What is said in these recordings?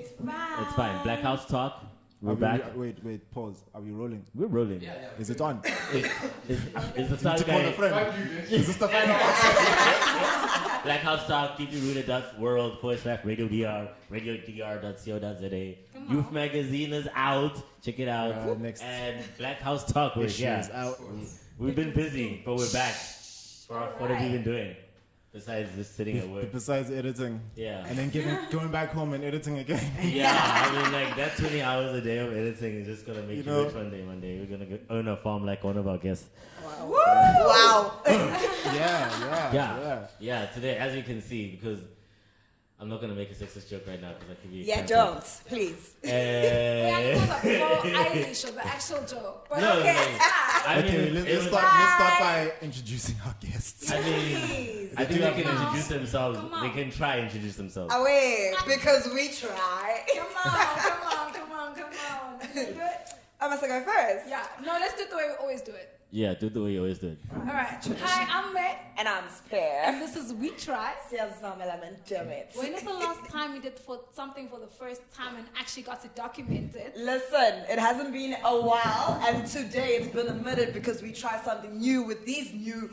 It's fine. Black House Talk. We're Are we- back. Wait, wait, pause. Are we rolling? We're rolling. Is it on? Is, is the sound to call a guy, friend. Is this the final answer? Black House Talk, keep you rooted dot world forward slash radio dr, radio dr.co.za. Come Youth on. magazine is out. Check it out. Uh, next And Black House Talk, we're Issues yeah. out. We've been busy, but we're back. What what have you been doing besides just sitting at work? Besides editing. Yeah. And then getting, going back home and editing again. Yeah, I mean, like that 20 hours a day of editing is just gonna make you, You know- rich one day. One day you're gonna go earn a farm like one of our guests. Wow. yeah, yeah, Yeah, yeah, Today, as you can see, because I'm not gonna make a sexist joke right now because I could be. Yeah, cancelled. don't. Please. Eh, the actual joke. But No, no, okay, no. it's fine. I mean, Okay, let's, it let's was- start, let's start by introducing our guests. I mean, Please. I think Do they it. can introduce themselves. Come on. They can try and introduce themselves. Away. Because we try. Come on, come on, come on, come on. Can you do it? I must go first. Yeah. No, let's do it the way we always do it. Yeah, do it the way you always do it. All right. Hi, I'm Met, And I'm and spare. this is We Try. Yes, I'm element. Damn it. When is the last time you did for something for the first time and actually got to document it? Listen, it hasn't been a while, and today it's been a minute because we try something new with these new.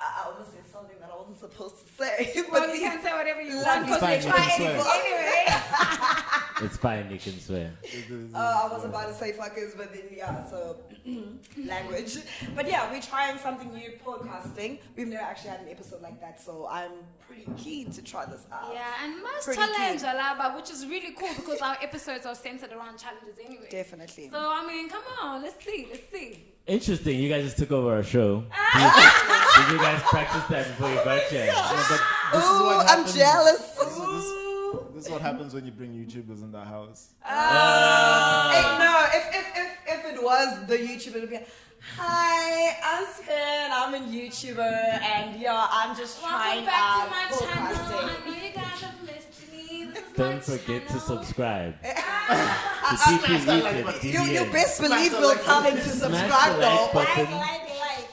I I almost said something that I wasn't supposed to say, but Well, you these can say whatever you want lovely because fine, we you try can anything swear. anyway. It's fine. You can swear. Uh, I was about to say fuckers, but then yeah, so language. But yeah, we're trying something new, podcasting. We've never actually had an episode like that, so I'm pretty keen to try this out. Yeah, and most Pretty challenge keen. Alaba, which is really cool because our episodes are centered around challenges anyway. Definitely. So I mean, come on, let's see, let's see. Interesting. You guys just took over our show. Did you- did you guys practice that before you got here? Ooh, This is what I'm happens- jealous. This, is- this- Ooh. this is what happens when you bring YouTubers in the house. Uh, Hey, no, if, if, if, if it was the YouTuber, it would be like, Hi, I'm Sven, I'm a YouTuber, and yeah, I'm just Welcome trying back out to my channel. podcasting. I know you guys have missed me. This is my Don't forget to E channel. subscribe. To smash that like DPE button. You, you DDN. best believe the we'll like tell them to subscribe like though. button. like.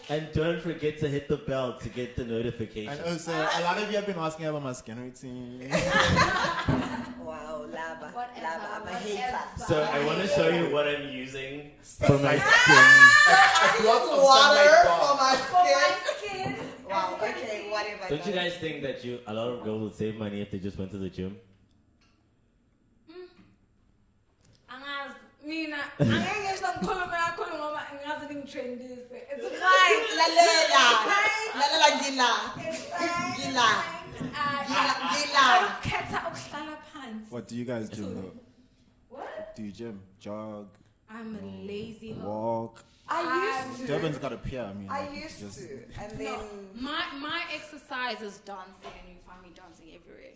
And don't forget to hit the bell to get the notifications. And also, a lot of you have been asking about my skin routine. Wow, lava. Whatever, lava, I'm a hater. whatever. So I want to show you what I'm using for my skin. I lot of use water sunlight for my For my skin. skin. Wow, as you can okay, see. whatever. Don't you guys think that you a lot of girls would save money if they just went to the gym? Angazi. Mina, angeke sangikhulume kakhulu ngoba ngazi ningitrendise. It's Right, fine. lalela. Right. Lalela gila. It's fine. Gila. Gila, Ah, gila. ukhetha ukuhlala phansi. What do you guys do though? What? Do you gym, jog, I'm a lazy hoe. walk? I used to. Durban's got a pier. I mean, I like, it's used just- to. And No, then. my my exercise is dancing, and you find me dancing everywhere.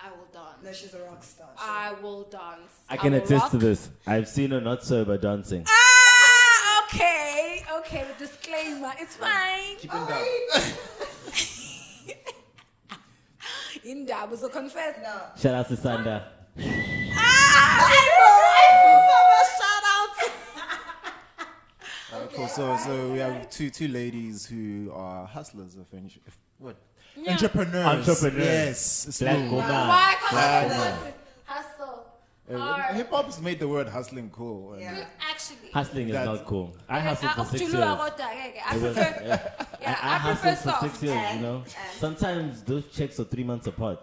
I will No, dance. she's a rock star. I will dance. I can will attest rock. to this. I've seen her not sober dancing. Ah, okay, okay. With disclaimer, it's fine. Keep it down. Indaba, so confess. No. Shout out to Sanda. I remember, shout out. Uh, cool. So, so we have two two ladies who are hustlers of entre- if- what Yeah. entrepreneurs. Entrepreneurs. Yes. it's Black no- woman. Why? Cause Black hustle, hustle. Eh, Uh, Or Hip hop's made the word hustling cool. and Yeah. actually. Hustling is That's- not cool. I hustled Ah, for six ukujuluka years. kodwa ngeke. I It was- prefer, yeah, I, I, I, prefer hustled for soft. six years, you know. Sometimes those checks are three months apart.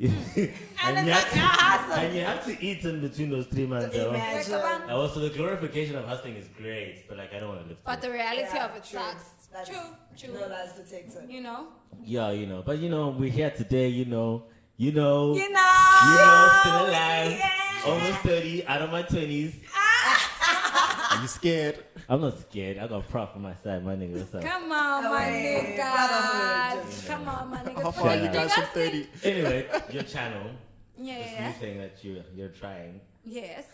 and, And you it's have like, I to, hustle. and you have to eat in between those three months. you know? Imagine. And Also, the glorification of hustling is great, but like I don't want to live. But through the reality Yeah, of it true. sucks. That's- True, true. No, that's detected. You know? it. yeah, you know. But you know, we're here today. You know, you know, You know? Oh. you know, still alive, Oh. Yeah. almost thirty, out of my twenties. Are you scared? I'm not scared. I got prop on my side, my nigga. What's up? Come on, my Away. niggas. Come on, my niggas. How far are you Yeah. guys from thirty? Anyway, your channel, Yeah, this yeah. new thing that you you're trying. Yes.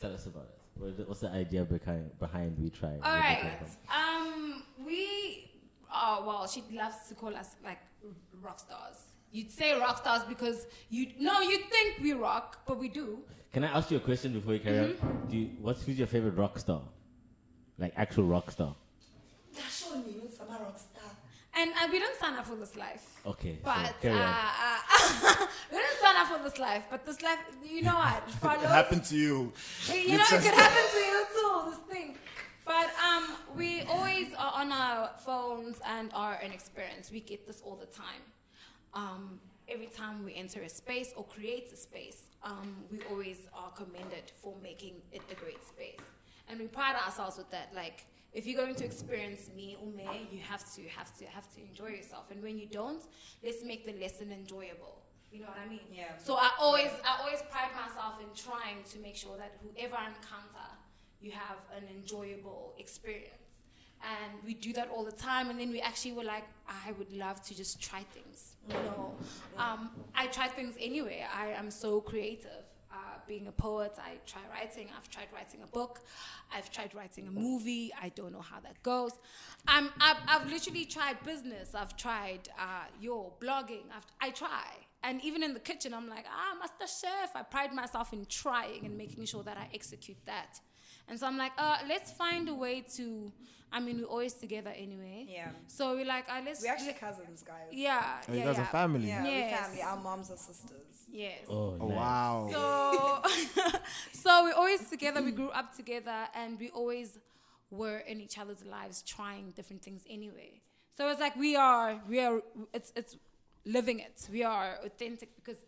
Tell us about it. What- What's the idea behind behind we trying? All right. Um, we are, well, she loves to call us like rock stars. You'd say rock stars because you, no, you think we rock, but we do. Can I ask you a question before you carry Mm-hmm. on? Do you, what's who's your favorite rock star? Like actual rock star. That's your name, Sama Rockstar. And uh, we don't sign up for this life. Okay, so But uh, carry on. uh, we didn't sign up for this life. But this life, you know what? Follows. It happened to you. You know, it could happen to you too. This thing. But um, we always are on our phones and are an experience. We get this all the time. Um, every time we enter a space or create a space, um, we always are commended for making it a great space, and we pride ourselves with that. Like, if you're going to experience me or me, you have to, have to, have to enjoy yourself. And when you don't, let's make the lesson enjoyable. You know what I mean? Yeah. So I always, I always pride myself in trying to make sure that whoever I encounter, you have an enjoyable experience. And we do that all the time. And then we actually were like, I would love to just try things. You know, um, I try things anyway. I am so creative. Uh, being a poet, I try writing. I've tried writing a book. I've tried writing a movie. I don't know how that goes. I'm, I've, I've literally tried business. I've tried uh, your blogging. I've, I try. And even in the kitchen, I'm like, ah, master chef. I pride myself in trying and making sure that I execute that. And so I'm like, uh, let's find a way to. I mean, we're always together anyway. Yeah. So we're like, uh, let's. We're actually let- cousins, guys. yeah. Oh, yeah, you guys yeah. are family. Yeah, Yes. we're family. Our moms are sisters. Yes. Oh, Oh, nice. wow. So, so we're always together. We grew up together, and we always were in each other's lives, trying different things anyway. So it's like we are, we are. It's it's living it. We are authentic because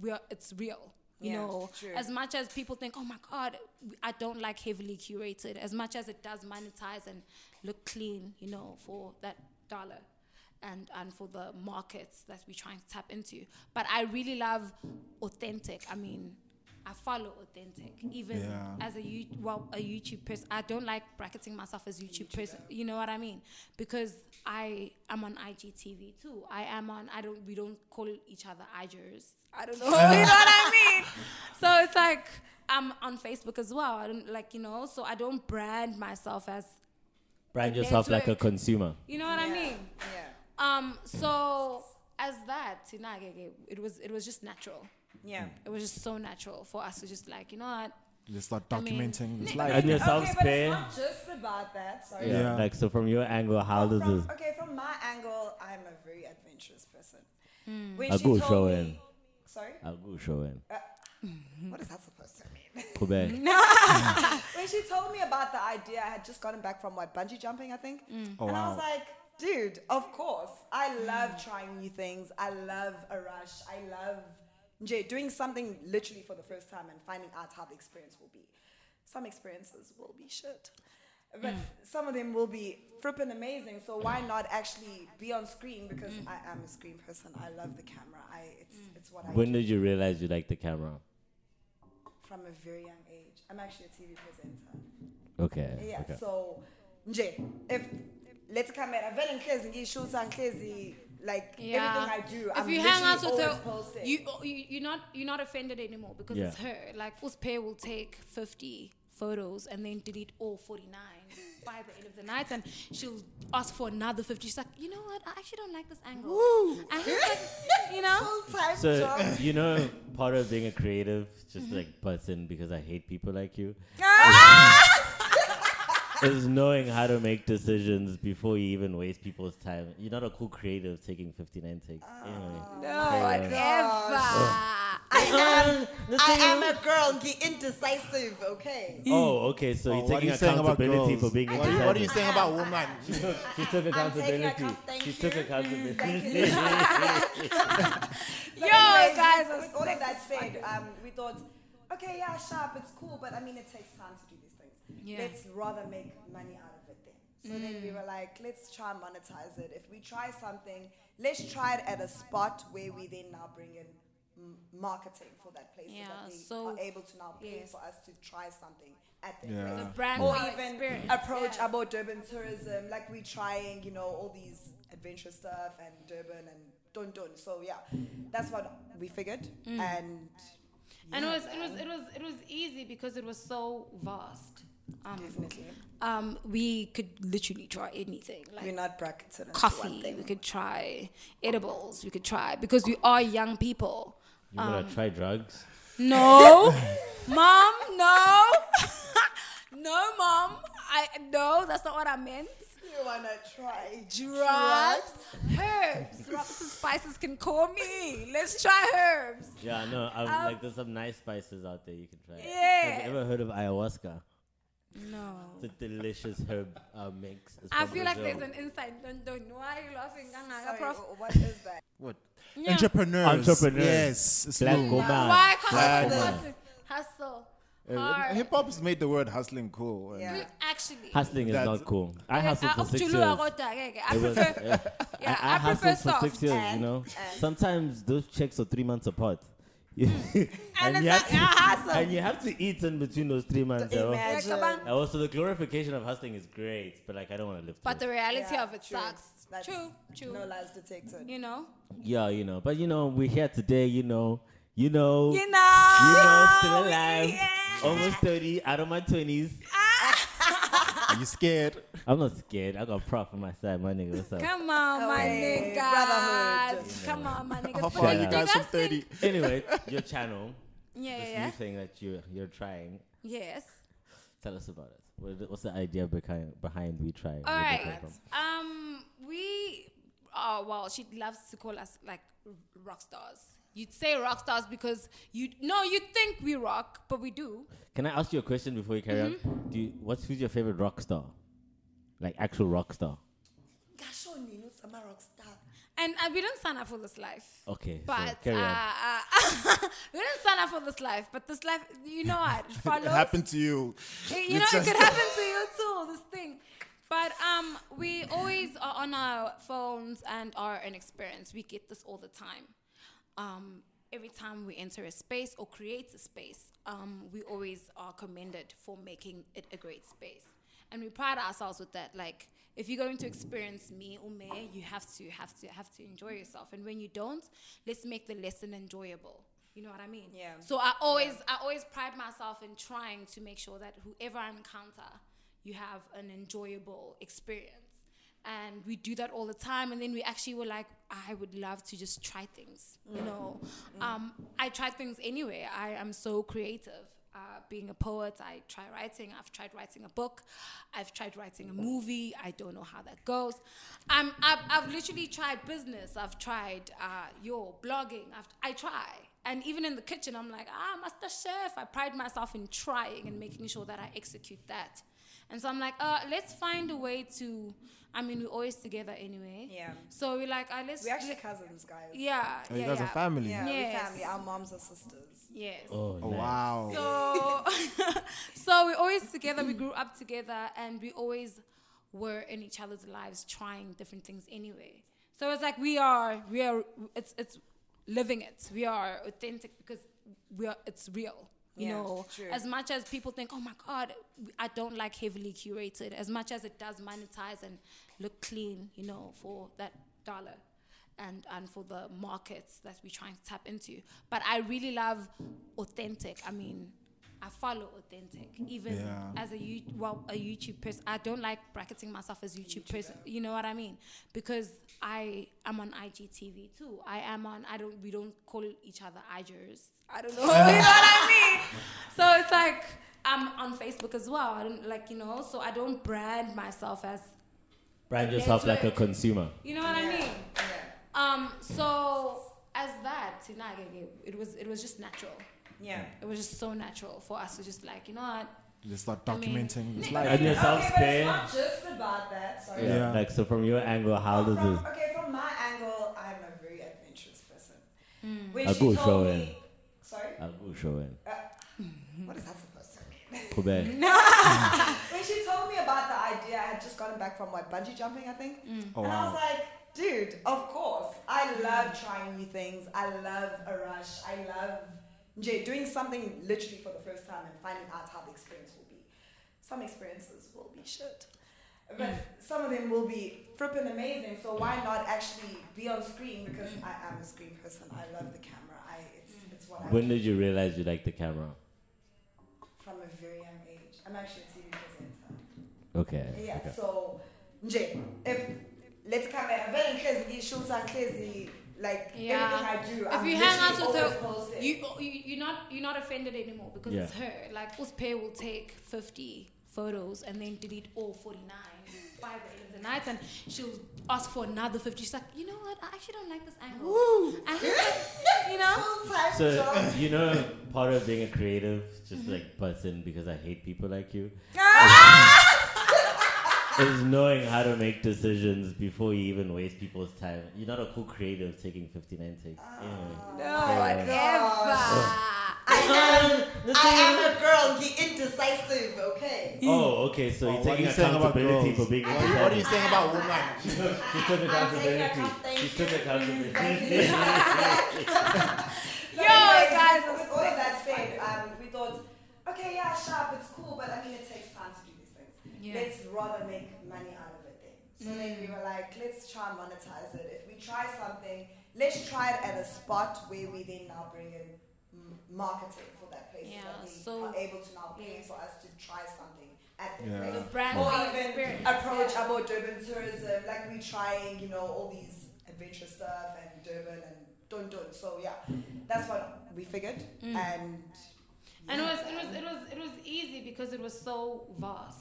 we are. It's real. You Yeah, know, true. as much as people think, oh my God, I don't like heavily curated, as much as it does monetize and look clean, you know, for that dollar and and for the markets that we're trying to tap into. But I really love authentic. I mean, I follow authentic, even Yeah. as a you well a YouTube person. I don't like bracketing myself as YouTube person. You know what I mean? Because I am on IGTV too. I am on. I don't. We don't call each other igers. I don't know. you know what I mean? So it's like. I'm on Facebook as well. I don't like, you know, so I don't brand myself as, Brand yourself like a Network. consumer. you know what I Yeah. mean? Yeah. Um, so as that, Tinagege, it was it was just natural. Yeah. It was just so natural for us to just like, you know what? Let's start I mean- documenting this And life. yourself okay, but spare. it's not just about that. Sorry. Yeah. Yeah. Like so, from your angle, how does From- this? Okay, from my angle, I'm a very adventurous person. When A she good told show me- in. Sorry? I'll go show him. What is that supposed to mean? Quebec. when she told me about the idea, I had just gotten back from what bungee jumping, I think, Oh, and I wow. was like, "Dude, of course! I love trying new things. I love a rush. I love nje, doing something literally for the first time and finding out how the experience will be. Some experiences will be shit, but some of them will be frippin' amazing. So why not actually be on screen? Because I am a screen person. I love the camera. I it's it's what I do When did you realize you like the camera? from a very young age. I'm actually a TV presenter. Okay. yeah okay. so nje if let's come at vele ngihlezi ngiyishutha ngihlezi like everything i do If I'm you hang out with literally her, always posting. you, oh, you you're not you're not offended anymore because it's Yeah. her. Like Uspe will take fifty photos and then delete all forty nine by the end of the night, and she'll ask for another fifty. She's like, you know what? I actually don't like this angle. I don't like, you know. full-time So job you know, part of being a creative, just Mm-hmm. like person, because I hate people like you, Ah! is knowing how to make decisions before you even waste people's time. You're not a cool creative taking 59 takes. anyway. Oh, my Ever. Ah. i am the i thing am is- a girl ngi indecisive okay Oh, okay. So you're Oh, what are taking you saying about accountability for girls? being What are you, what are you indecisive. saying about women? She took accountability. account- thank She took you. accountability. But Yo, anyways, guys, with all of that said um we thought okay yeah sharp it's cool but i mean it takes time to do these things Yeah. Mm. let's rather make money out of it then so then we were like let's try and monetize it if we try something let's try it at a spot where we then now bring in m- marketing for that place so Yeah, that they so- are able to now pay yes. for us to try something at the Yeah. The place brand or power even experience. approach yeah. about Durban tourism. Like we're trying, you know, all these adventure stuff and Durban and Don Don. So yeah, that's what we figured. And Mm. And it was it was it was it was easy because it was so vast. Um, definitely, um, we could literally try anything we're like not bracketed. into one coffee. thing. We could try edibles. We could try because we are young people. You Um, wanna try drugs? No, mom, no, no, mom. I no, that's not what I meant. wanna try Drugs, herbs, rocks and spices can call me. Let's try herbs. Yeah, no, I'm, Um, like there's some nice spices out there you can try. yes. Have you ever heard of ayahuasca? No. It's a delicious herb uh, mix. It's I from feel like Brazil. there's an inside London. Why are you laughing? Ganga, Sorry, prof. wh- what is that? What? Yeah. Entrepreneurs. Entrepreneurs. Yes. it's Black no. woman. Ah, Why can't Black woman. you hustle? Eh, Hustle. Uh, Hard. Hip hop's made the word hustling cool. and- Yeah. Mm, Actually. Hustling is That's- not cool. I hustled Uh, for six Julu years. Agoda, okay, okay. I It was- prefer. yeah. yeah, I, I I prefer hustled for six soft. years, you And- know. and- Sometimes those checks are three months apart. and, Hmm. And you it's have like, to, I hustle. and you have to eat in between those three months. you know. Yeah, Imagine. Kabang. And Also, the glorification of hustling is great, but like I don't want to live. But through the reality Yeah, of it true. sucks. That's true, true. No lies detected. you know? it. yeah, you know. But you know, we're here today. You know, you know, you You know? know, Oh, still alive, yeah. almost thirty, out of my twenties. Are you scared? I'm not scared. I got prop on my side, my nigga. What's up? Come on, my Hey, brotherhood. niggas. Come on, my niggas. How But far are do you guys guys from think- 30? Anyway, your channel, Yeah, this yeah, new thing that you you're trying. yeah. Yes. Tell us about it. What- What's the idea behind behind we try? All Where did it right. come from? Um, we. Oh well, she loves to call us like r- rock stars. You'd say rock stars because you no, you think we rock, but we do. Can I ask you a question before you carry Mm-hmm. on? Do you, what's who's your favorite rock star? Like actual rock star. Gosh, oh, Nino, I'm a rock star. And uh, we don't sign up for this life. Okay, so But carry uh, on. uh, we didn't sign up for this life. But this life, you know what? It follows. It happened to you. It- you It know, it just- could happen to you too. This thing. But um, we always are on our phones and are an experience. We get this all the time. Um, every time we enter a space or create a space, um, we always are commended for making it a great space, and we pride ourselves with that. Like, if you're going to experience me or me, you have to have to have to enjoy yourself. And when you don't, let's make the lesson enjoyable. You know what I mean? Yeah. So I always I always pride myself in trying to make sure that whoever I encounter, you have an enjoyable experience. And we do that all the time. And then we actually were like, I would love to just try things. You know, um, I try things anyway. I am so creative. Uh, being a poet, I try writing. I've tried writing a book. I've tried writing a movie. I don't know how that goes. I'm, I've, I've literally tried business. I've tried uh, your blogging. I've, I try. And even in the kitchen, I'm like, ah, master chef. I pride myself in trying and making sure that I execute that. And so I'm like, uh, let's find a way to. I mean, we're always together anyway. Yeah. So we're like, uh, let's. We're actually cousins, guys. yeah. Oh, yeah, you guys yeah. are family. Yeah, we're Yes. family. Our moms are sisters. Yes. Oh, Oh, nice. wow. So, so we're always together. We grew up together, and we always were in each other's lives, trying different things anyway. So it's like we are, we are. It's it's living it. We are authentic because we are. It's real. You Yeah, know, true. as much as people think, oh my God, I don't like heavily curated, as much as it does monetize and look clean, you know, for that dollar and and for the markets that we're trying to tap into. But I really love authentic. I mean, I follow authentic, even Yeah. as a you well a YouTube person. I don't like bracketing myself as YouTube person. You know what I mean? Because I am on IGTV too. I am on. I don't. We don't call each other igers. I don't know. you know what I mean? So it's like. I'm on Facebook as well. I don't like, you know, so I don't brand myself as, Brand yourself like a consumer. you know what I mean? Yeah. Um, so as that, you know, it was it was just natural. Yeah. It was just so natural for us to just like, you know what? Just start I mean- documenting this And life. yourself okay, but it's spare. not just about that. Sorry. Yeah. Yeah. Like so, from your angle, how does from, this? Okay, from my angle, I'm a very adventurous person. When A she good told show, me, yeah. sorry, I'll go show in. what is that supposed to mean? Quebec. When she told me about the idea, I had just gotten back from what bungee jumping, I think, Oh, and I was wow. like, dude, of course, I love trying new things. I love a rush. I love nje, doing something literally for the first time and finding out how the experience will be. Some experiences will be shit. But Mm. some of them will be flipping amazing, so why not actually be on screen? Because Mm. I am a screen person. I love the camera. I it's, it's what I When do did you realize you like the camera? from a very young age. I'm actually a TV presenter. Okay. Yeah, okay. so nje if let's come here, very crazy shoes and crazy like Yeah. everything I do. If I'm you hang out with literally her, always posting. you, oh, you you're not you're not offended anymore because it's Yeah. her. Like Uspe will take fifty photos and then delete all forty nine. by the end of the night, and she'll ask for another 50. She's like, you know what? I actually don't like this angle. Woo. I hate it," you know? Full-time job. So you know, part of being a creative, just like person, because I hate people like you, is knowing how to make decisions before you even waste people's time. You're not a cool creative taking 59 takes. Anyway. Oh my gosh. Ever. Ah. I am, I am a girl, the indecisive, okay? Oh, okay. So Oh, you're what are taking you saying about accountability for girls? being What are you- what are you indecisive. saying about women? She took accountability. She took accountability. Yo, guys, with all of that said, um, we thought, okay, yeah, sharp, it's cool, but I mean, it takes time to do these things. Yeah. Mm. Let's rather make money out of it then. So then we were like, let's try and monetize it. If we try something, let's try it at a spot where we then now bring in m- marketing for that place Yeah, that we so- are able to now pay Yes. for us to try something at the Yeah. place. The brand or new even experience. approach Yeah. about Durban tourism. Like we trying, you know, all these adventure stuff and Durban and don't don't. So yeah, that's what we figured. And Mm. And it was, it was it was it was easy because it was so vast.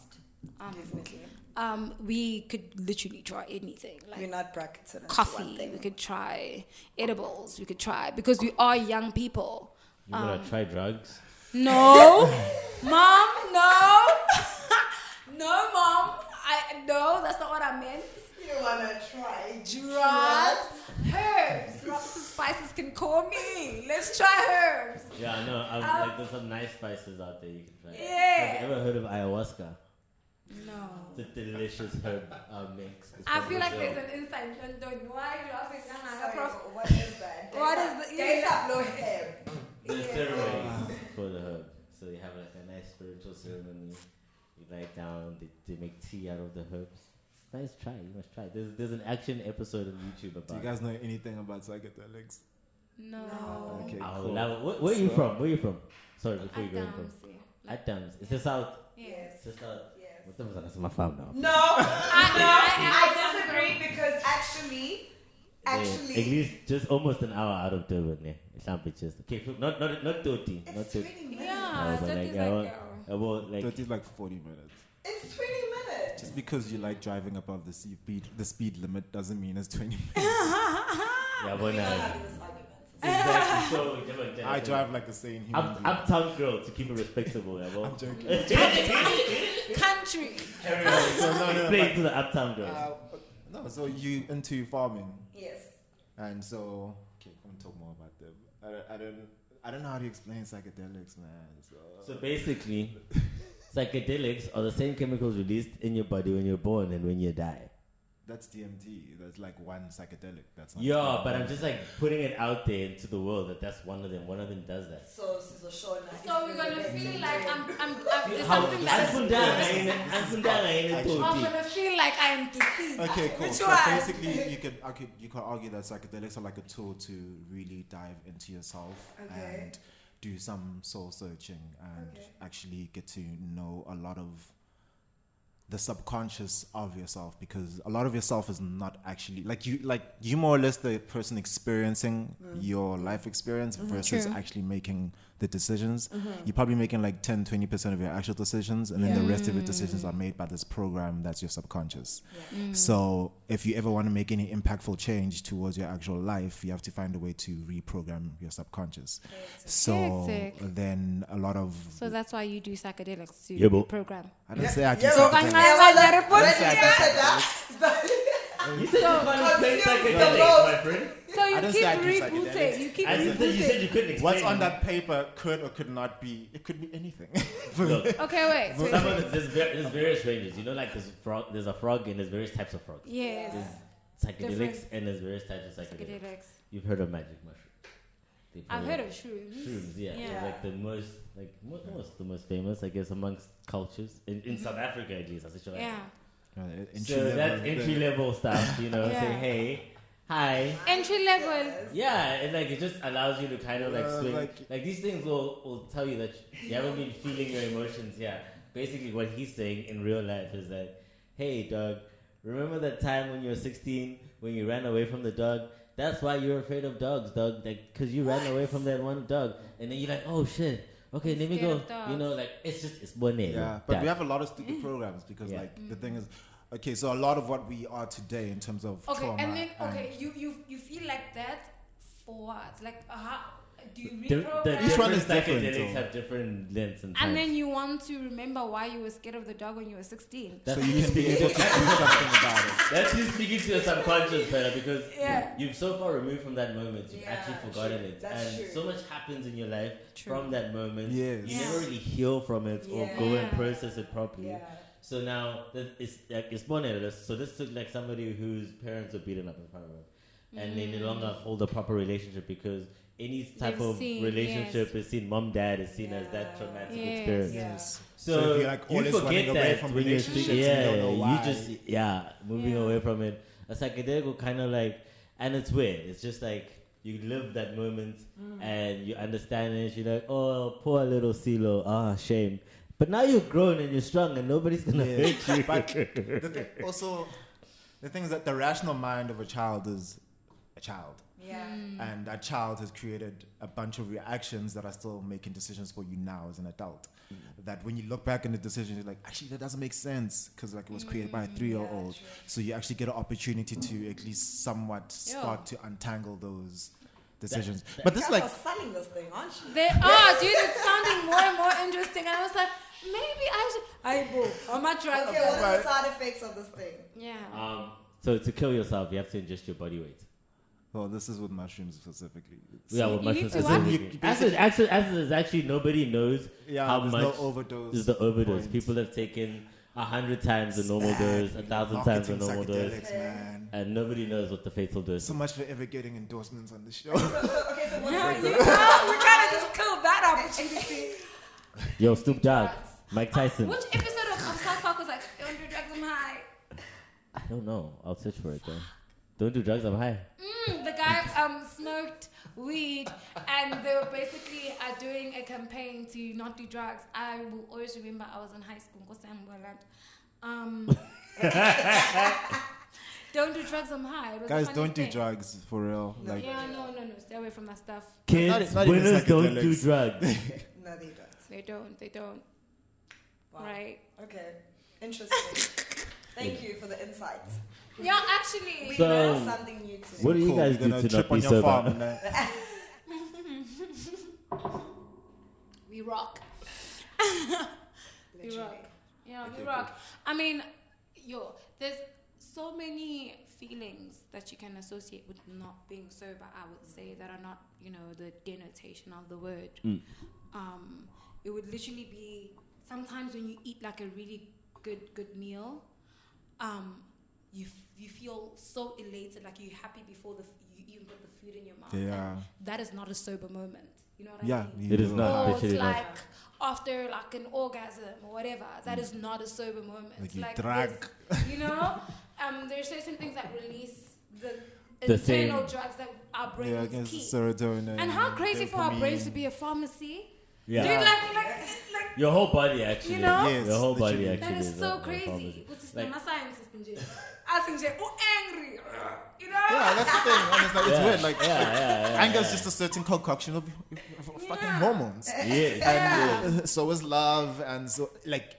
Um, definitely um, we could literally try anything, we're like not bracketed. into one coffee. thing. We could try edibles. We could try because we are young people. You wanna try drugs? No, mom, no, no, mom. I no, that's not what I meant. You don't wanna try Drugs, herbs, rocks and spices can call me. Let's try herbs. Yeah, no. I was like, there's some nice spices out there you can try. Um, Yeah. Have you ever heard of ayahuasca? No. It's a delicious herb uh, mix. It's I from feel like Brazil. there's an inside John Doe. Why are you laughing? Nah, Sorry, nah, what is that? What is the- Days yeah. up, no hair. There's Yeah. ceremonies for the herb. So you have like a nice spiritual ceremony. You lie down, they, they make tea out of the herbs. It's nice try, you must try. There's there's an action episode on YouTube Do you about it. guys know anything about psychedelics? No. Okay, Oh, cool. now, where, where are you So- from? Where are you from? Sorry, before you go in Adams, from. yeah. Adams. It's the south. Yes. It's the south. Yes. What the fuck is my farm now? No, I, I- I- disagree because actually, actually, Yeah, at least just almost an hour out of Durban, yeah. It's not bitches. Okay, so not not not thirty. it's not 20 thirty. minutes. Yeah, but that like, is I like, want- uh, About like That is like 40 minutes. It's 20 minutes. Just because you like driving above the speed, the speed limit doesn't mean it's 20 minutes. yeah, but We're not nah. having this argument. exactly. So Durban, I Durban. drive like a sane human Up, being. uptown girl to keep it respectable. Yeah, well. I'm joking. country. So, no, no, no, Explain but, to the uptown girls. uh, no, so you into farming, Yes. and so okay, come talk more about them. I, don't- I don't, I don't know how to explain psychedelics, man. So, so basically, psychedelics are the same chemicals released in your body when you're born and when you die. that's DMT. That's like one psychedelic. That's not Yeah, but I'm just like putting it out there into the world that that's one of them. One of them does that. So, so Shona. So we're gonna feel like I'm, I'm, I'm there's How- something that is Asundala ain't- Asundala ain't a Actually- I'm toady. gonna feel like I am deceased. Okay, cool. Which So one? basically, you could argue, you could argue that psychedelics are like a tool to really dive into yourself Okay. and do some soul searching and Okay. actually get to know a lot of the subconscious of yourself because a lot of yourself is not actually like you like you more or less the person experiencing Mm-hmm. your life experience versus True. actually making the decisions Mm-hmm. you're probably making like 10 20% of your actual decisions and then the rest of your decisions are made by this program that's your subconscious so if you ever want to make any impactful change towards your actual life you have to find a way to reprogram your subconscious so Hectic. then a lot of So that's why you do psychedelics to Yeah, but- program. i don't say i do Yeah, but- psychedelics. I like that report. You said you wanna play Confused psychedelics, the my friend. So you I don't keep say I do rebooting. psychedelics. You keep I said that you said rebooting. you couldn't explain. What's on that paper could or could not be. It could be anything. Look, Okay, wait. some of the, there's, ver- there's various ranges. You know, like there's frog, there's a frog, and there's various types of frogs. Yes. Psychedelics, Different. and there's various types of psychedelics. Psychedelics. You've heard of magic mushroom. They've I've heard of shrooms. shrooms. Yeah, They're Yeah. like the most, like mo- most, the most famous, I guess, amongst cultures in, in South Africa at least. I said, Yeah. Uh, So entry level, that's the- entry level stuff, you know. Yeah. Say hey, hi. Entry level. Yeah, it like it just allows you to kind of like Yeah, swing. Like, Uh, like- these things will, will tell you that you haven't been feeling your emotions. Yeah, basically what he's saying in real life is that, hey dog, remember that time when you were 16 when you ran away from the dog? That's why you're afraid of dogs, dog. Like because you ran away from that one dog, and then you're like, oh shit. Okay, let me Scared go. of dogs. You know, like it's just it's one Yeah, but we have a lot of stupid programs because Yeah. like the thing is, Okay, so a lot of what we are today in terms of Okay, trauma. and then okay, you you you feel like that for what? Like uh, how do you Di- reprogram? the Each one different is different, psychedelics though. have different lengths and and types. then you want to remember why you were scared of the dog when you were 16. That's so you can be speaking able to do to- something about it. That's you speaking to your subconscious better because Yeah. you've so far removed from that moment, you've Yeah, actually forgotten true. it. That's and true. so much happens in your life True. from that moment. Yes. You Yeah. never really heal from it or go and Yeah. process it properly. Yeah. So now that it's like it's born at us. So this took like somebody whose parents were beaten up in front of them, and they no longer hold a proper relationship because any type Mm. They've of seen, relationship is seen mom dad is seen as Yeah. that traumatic Yes. experience. Yeah. Yes. So, So if you're, like, you always running forget away that from when you're relationships and you yeah, don't know why. just yeah moving Yeah. away from it. A psychedelic will kind of like, and it's weird. It's just like you live that moment Mm. and you understand it. You're like, oh, poor little Silo, ah, shame. But now you're grown and you're strong and nobody's gonna Yeah. hurt you. But the thing- also, the thing is that the rational mind of a child is a child. Yeah. And that child has created a bunch of reactions that are still making decisions for you now as an adult. Mm. That when you look back in the decision, you're like, actually, that doesn't make sense because like it was created Mm, by a three-year-old. true. so you actually get an opportunity to at least somewhat start to untangle those decisions. but this Guys is like are selling this thing, aren't you? They are, oh, dude. It's sounding more and more interesting, and I was like, maybe I should. I boo. I'm not drugs. Okay, what are Right. the side effects of this thing? Yeah. Um, so to kill yourself, you have to ingest your body weight. well, this is with mushrooms specifically. It's- Yeah, well, you mushrooms need to are what? really- Acid, acid, acid is actually nobody knows Yeah, how there's much no overdose is the overdose. point. People have taken a hundred times the normal dose, a thousand times the Marketing normal dose, psychedelics, man. and nobody knows what the fatal dose. So is. much for ever getting endorsements on the show. So, so, okay, so what yeah, is you it? know, we kind of just killed that opportunity. Yo, Snoop Dogg, Mike Tyson. Which episode of, of South Park was like, don't do drugs, I'm high? I don't know. I'll search for it though. Don't do drugs. I'm high. Mm, the guy um, smoked weed and they were basically uh, doing a campaign to not do drugs. I will always remember I was in high school, Nkosi yami Boland. Um, don't do drugs, I'm high. It was the Guys, don't funniest do thing. drugs for real. Like, Yeah, no, no, no. Stay away from that stuff. Kids, not even winners don't do psychedelics. drugs. No, they don't. They don't, they don't. Wow. Right? Okay. Interesting. Thank you for the insight. Yeah, actually. So- Learn something new today. What do you cool, guys you're gonna do to trip not on be your sober? farm and that- we rock. we Literally. rock. Yeah, we rock. I mean, yo, there's so many feelings that you can associate with not being sober, I would say, that are not, you know, the denotation of the word. Mm. Um, it would literally be sometimes when you eat like a really good, good meal, um, you, f- you feel so elated, like you're happy before the f- you even put the food in your mouth. and Yeah. That is not a sober moment. You know what I Yeah, mean? you It is will. not. or Oh, it's literally not. like after like an orgasm or whatever. That is not a sober moment. Like you there's- you know, um, there's certain things that release the, The internal same. drugs that our Yeah, brains against keep. serotonin. and how crazy for our brains to dopamine. be a pharmacy. Yeah. Dude, like, like, like Your whole body actually. You know? Yes, Your whole body literally. actually. that is so a- a crazy. pharmacy. What's this Like, my science system, Jay? I think Jay, oh angry. You know? Yeah, that's the thing. And it's like, it's Yeah, weird. Like, yeah, yeah, yeah, anger is yeah. just a certain concoction of, of- of fucking Yeah. hormones. yeah. And uh, so is love, and so like,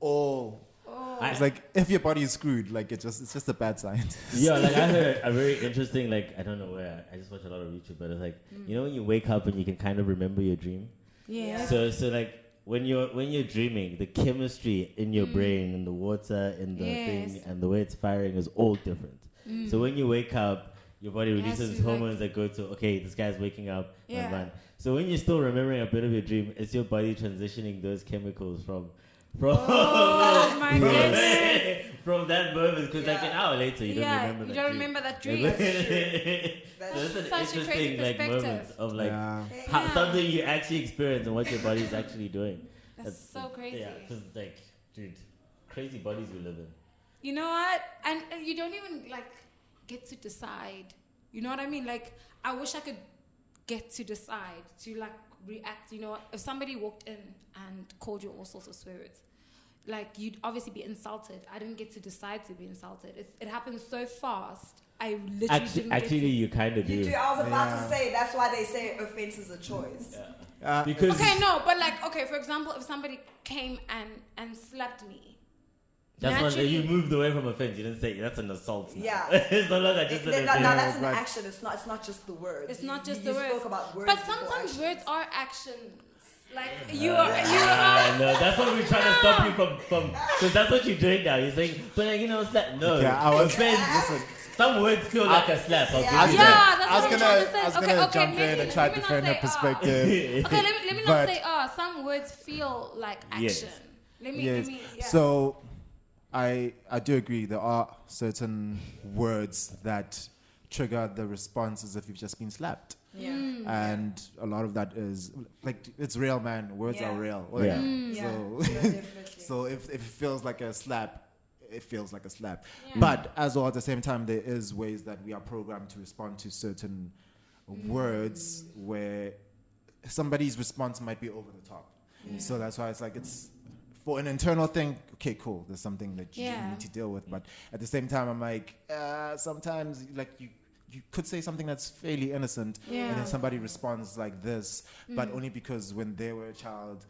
oh, I- it's like if your body is screwed, like it just it's just a bad sign. Yeah, like I heard a very interesting, like I don't know where I just watch a lot of YouTube, but it's like Mm. you know when you wake up and you can kind of remember your dream. Yeah. So so like when you're when you're dreaming, the chemistry in your brain and the water and the thing Mm. Yes. Mm. and the way it's firing is all different. So when you wake up, your body It has releases to, like- hormones that go to okay, this guy's waking up Yeah. and run. So when you're still remembering a bit of your dream, it's your body transitioning those chemicals from from Oh my goodness. from that moment because like Yeah. an hour later you don't Yeah, remember you that don't dream. remember that dream. That's That's an such a crazy interesting like perspective. moment of like yeah. how, Yeah. something you actually experience and what your body's actually doing. That's so crazy. Yeah, because like, dude, crazy bodies we live in. You know what? And uh, you don't even like get to decide. You know what I mean? Like I wish I could get to decide to like react. You know, what? if somebody walked in and called you all sorts of swear words, like you'd obviously be insulted. I didn't get to decide to be insulted. It's, it happened so fast. I literally Actually, didn't get actually, to- you kind of You do. do. I was about Yeah. to say that's why they say offense is a choice. Uh, Because Okay, no, but like okay, for example, if somebody came and and slapped me, That's one that Naturally- you moved away from offense. You didn't say that's an assault. now. Yeah. it's no longer just an Th- that- offense. now that's an Right. action. It's not. It's not just the word. It's not You- just you, the word. spoke about words. But before sometimes action. words are actions. Like you are, you are. Ah, no, that's what we're trying to stop you from from. Because that's what you're doing now. You're saying, but like, you know, it's like no. Okay, I was- offense. listen. Some words feel like a slap. I'll Yeah. give you Yeah, that. that's I was what I'm gonna, trying to say. I was Okay, gonna okay, jump in maybe- and try let to me not defend her say, ah. perspective. Okay, let me, let me not But- say. Ah, some words feel like Yes. action. Let me, yes. let me. Yeah. So, I I do agree. There are certain words that trigger the responses if you've just been slapped, Yeah. Mm, and a lot of that is like it's real, man. Words Yeah. are real. Yeah. Like, Hmm. Yeah, So- yeah, definitely. So if, if it feels like a slap, it feels like a slap. Yeah. But as well at the same time, there is ways that we are programmed to respond to certain Mm. words where somebody's response might be over the top. So that's why it's like it's for an internal thing. Okay, cool. There's something that you Yeah. need to deal with. But at the same time, I'm like uh, sometimes like you. You could say something that's fairly innocent, and Yeah. Mm. then somebody responds like this, but only because when they were a child,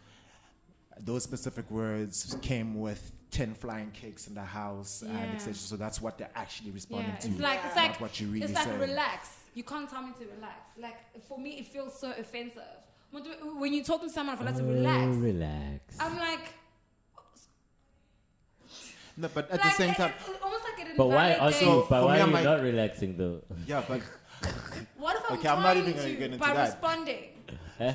those specific words came with 10 flying cakes in the house and Yeah. etc so that's what they're actually responding yeah, to it's like it's not like what you really it's say like relax. You can't tell me to relax. Like for me, it feels so offensive. When do- When you talk to someone, for let's relax. Oh, relax. I'm like, no, but at like, the same it- time it- almost like it But why invalidates- are So, you? But for why me, are I'm you like- not relaxing though? yeah but What if I'm Okay, trying I'm not even gonna to get into by that. responding? Huh? Eh?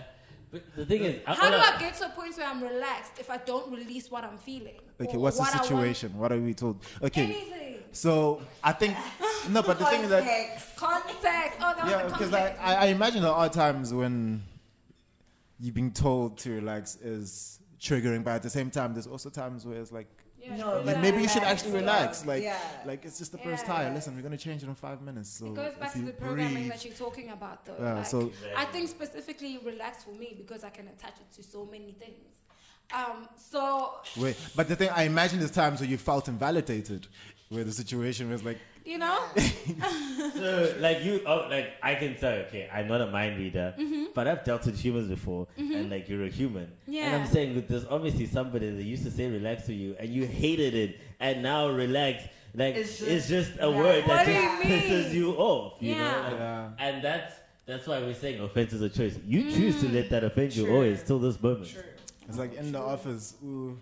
But the thing is, How do all I get to a point where I'm relaxed if I don't release what I'm feeling? okay Or what's what I the want? situation what are we told okay Anything. so i think no but the thing is that Context. Context. Oh, that yeah was the because context. I, I I imagine there are times when you've been told to relax is triggering but at the same time there's also times where it's like Yeah, No, like maybe you should Relax, actually relax relax, like yeah. like it's just the Yeah, first tire yeah. listen we're going to change it in five minutes so It goes if back to you the programming breathe- that you're talking about, though. Yeah, like, so- I think specifically relax for me because I can attach it to so many things. Um, so Wait, but the thing I imagine there's times where you felt invalidated, where the situation was like, you know, So, like you, oh, like I can tell. Okay, I'm not a mind reader, but I've dealt with humans before, and like you're a human. And Yeah. I'm saying that there's obviously somebody that used to say relax to you, and you hated it, and now relax. Like It's it's just- just, a yeah. word that What do just you mean? pisses you off. You know. Yeah. Like, Yeah. And that's that's why we're saying offense is a choice. You choose to let that offend you True. always till this moment. True. it's like in the office, ooh,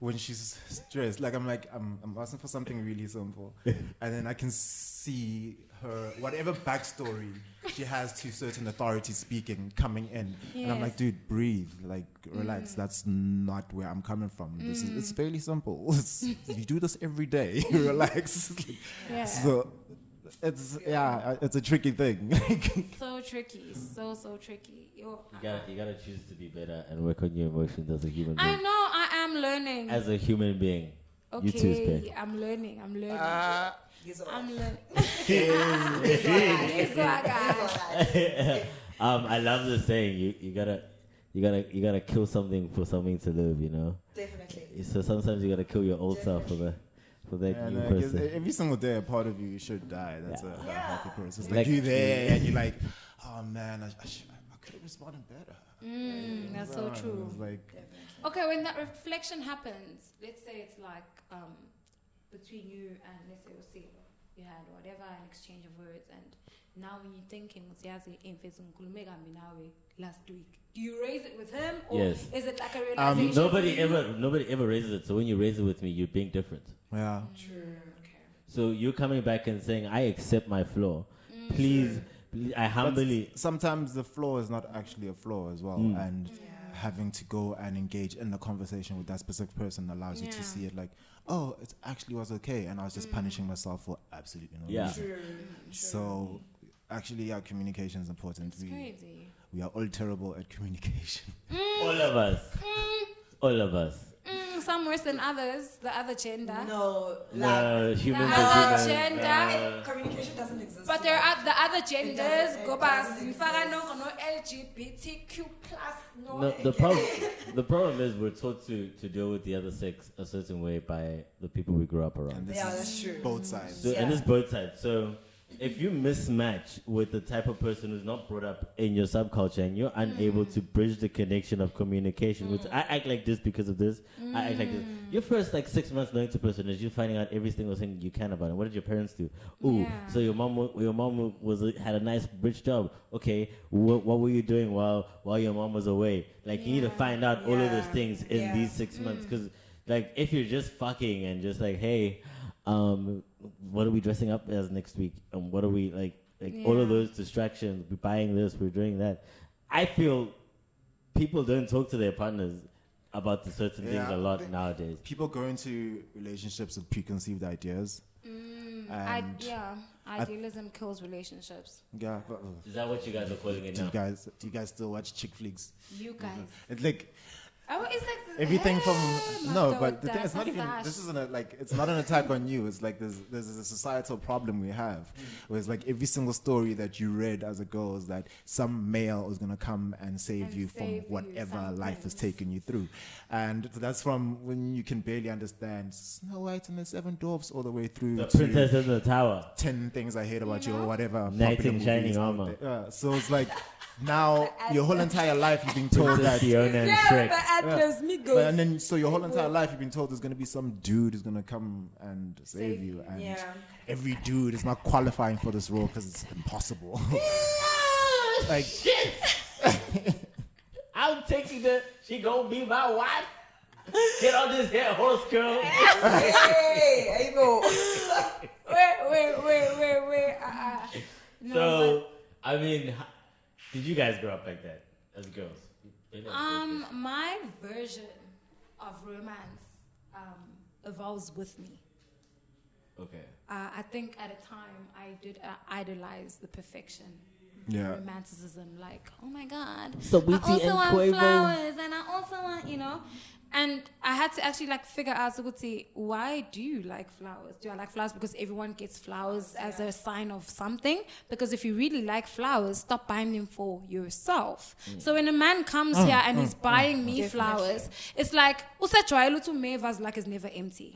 when she's stressed. Like I'm like I'm, I'm asking for something really simple, and then I can see her whatever backstory she has to certain authority speaking coming in, and I'm Yes. Mm. like, dude, breathe, like relax. That's not where I'm coming from. This is it's fairly simple. It's, you do this every day. relax. yeah, so, So it's yeah, it's a tricky thing. tricky, so so tricky. Yo, You gotta you gotta choose to be better and work on your emotions as a human I being. know I am learning. As a human being. you too, okay, I'm learning. I'm learning. Ah. These are Uh, I'm all- learning. these are all- It's like these are I- all- um, I love the saying. You you gotta you gotta you gotta kill something for something to live. You know. Definitely. So sometimes you gotta kill your old self for the for that And new I guess person. every single day, a part of you should die. That's a, a healthy process. Like, Like- you're there and you're like, oh man, I, I, should, I could have responded better. Mm, that's so Right. true. It's like, Okay, when that reflection happens, let's say it's like um, between you and let's say Osilo, you had whatever an exchange of words, and now when you're thinking Usiyazi emfesi ngikhulume kambi nawe last week, do you raise it with him, or Yes. is it like a Um, realization? nobody for you? ever nobody ever raises it. So when you raise it with me, you're being different. yeah. True. Mm, Okay. So you're coming back and saying, "I accept my flaw. Mm. Please, please, I But humbly." s- sometimes the flaw is not actually a flaw as well. Mm. And having to go and engage in the conversation with that specific person allows you Yeah. Mm. to see it like, oh, it actually was okay. And I was just punishing myself for absolutely no Yeah. reason. True. So actually, yeah, communication is important. It's crazy. We are all terrible at communication. All of us. All of us. Mm, some worse than others. The other gender. No, like, No, humans Nah. are Nah. humans. Gender. Nah. communication doesn't exist. But there are the other genders. doesn't- Go it back. doesn't No LGBTQ plus. No. No, the problem, the problem is we're taught to, to deal with the other sex a certain way by the people we grew up around. And this Yeah, is that's true. both sides. So, Yeah. And it's both sides. So if you mismatch with the type of person who's not brought up in your subculture and you're unable Mm. to bridge the connection of communication, which I act like this because of this, I act like this. Mm. Your first like six months knowing the person is you finding out every single thing you can about it. What did your parents do? Ooh, Yeah. so your mom wa- your mom was had a nice bridge job. Okay, wh- what were you doing while while your mom was away? Like you need to Yeah. find out all of those Yeah. things in Yeah. Mm. these six months because like if you're just fucking and just like hey um what are we dressing up as next week and what are we like like all of Yeah. those distractions we're buying this we're doing that i feel people don't talk to their partners about the certain Yeah, things a lot they- nowadays People go into relationships with preconceived ideas. Mm, I, And yeah, idealism kills relationships. Yeah, but, uh, is that what you guys are calling it do you now guys do you guys still watch chick flicks? You guys. It's like Oh, it's like Mm-hmm. everything from Hey, no, Martha but with the thing, that it's not even. mustache. This isn't a, like it's not an attack on you. It's like there's there's a societal problem we have, where it's like every single story that you read as a girl is that some male is gonna come and save And you from save you whatever life is sometimes. taking you through, and that's from when you can barely understand Snow White and the Seven Dwarfs all the way through the to- princess in the tower 10 things I hate about you, know? or whatever. Knight popular in shining movies out armor. there. Yeah, so it's like now your whole entire life you've been told princess that. fiona and shrek Yeah. But, and then so your whole entire life you've been told there's gonna be some dude who's gonna come and save, Save you you. and Yeah. every dude is not qualifying for this role because it's impossible. like i'm taking the she gonna be my wife get on this hair horse girl hey, there you go. Wait, wait, wait, wait, wait. Uh, uh. No, So, I mean, h- did you guys grow up like that as girls? but, um, my version of romance um, evolves with me. Okay. Uh, I think at a time I did uh, idolize the perfection. yeah. romanticism like oh my god So i Wheatie also and want Quavo. flowers and i also want you know and i had to actually like figure out Zuguti, why do you like flowers do i like flowers because everyone gets flowers as a sign of something because if you really like flowers stop buying them for yourself so when a man comes here and he's buying me flowers it's like usajwayele to me vas like is never empty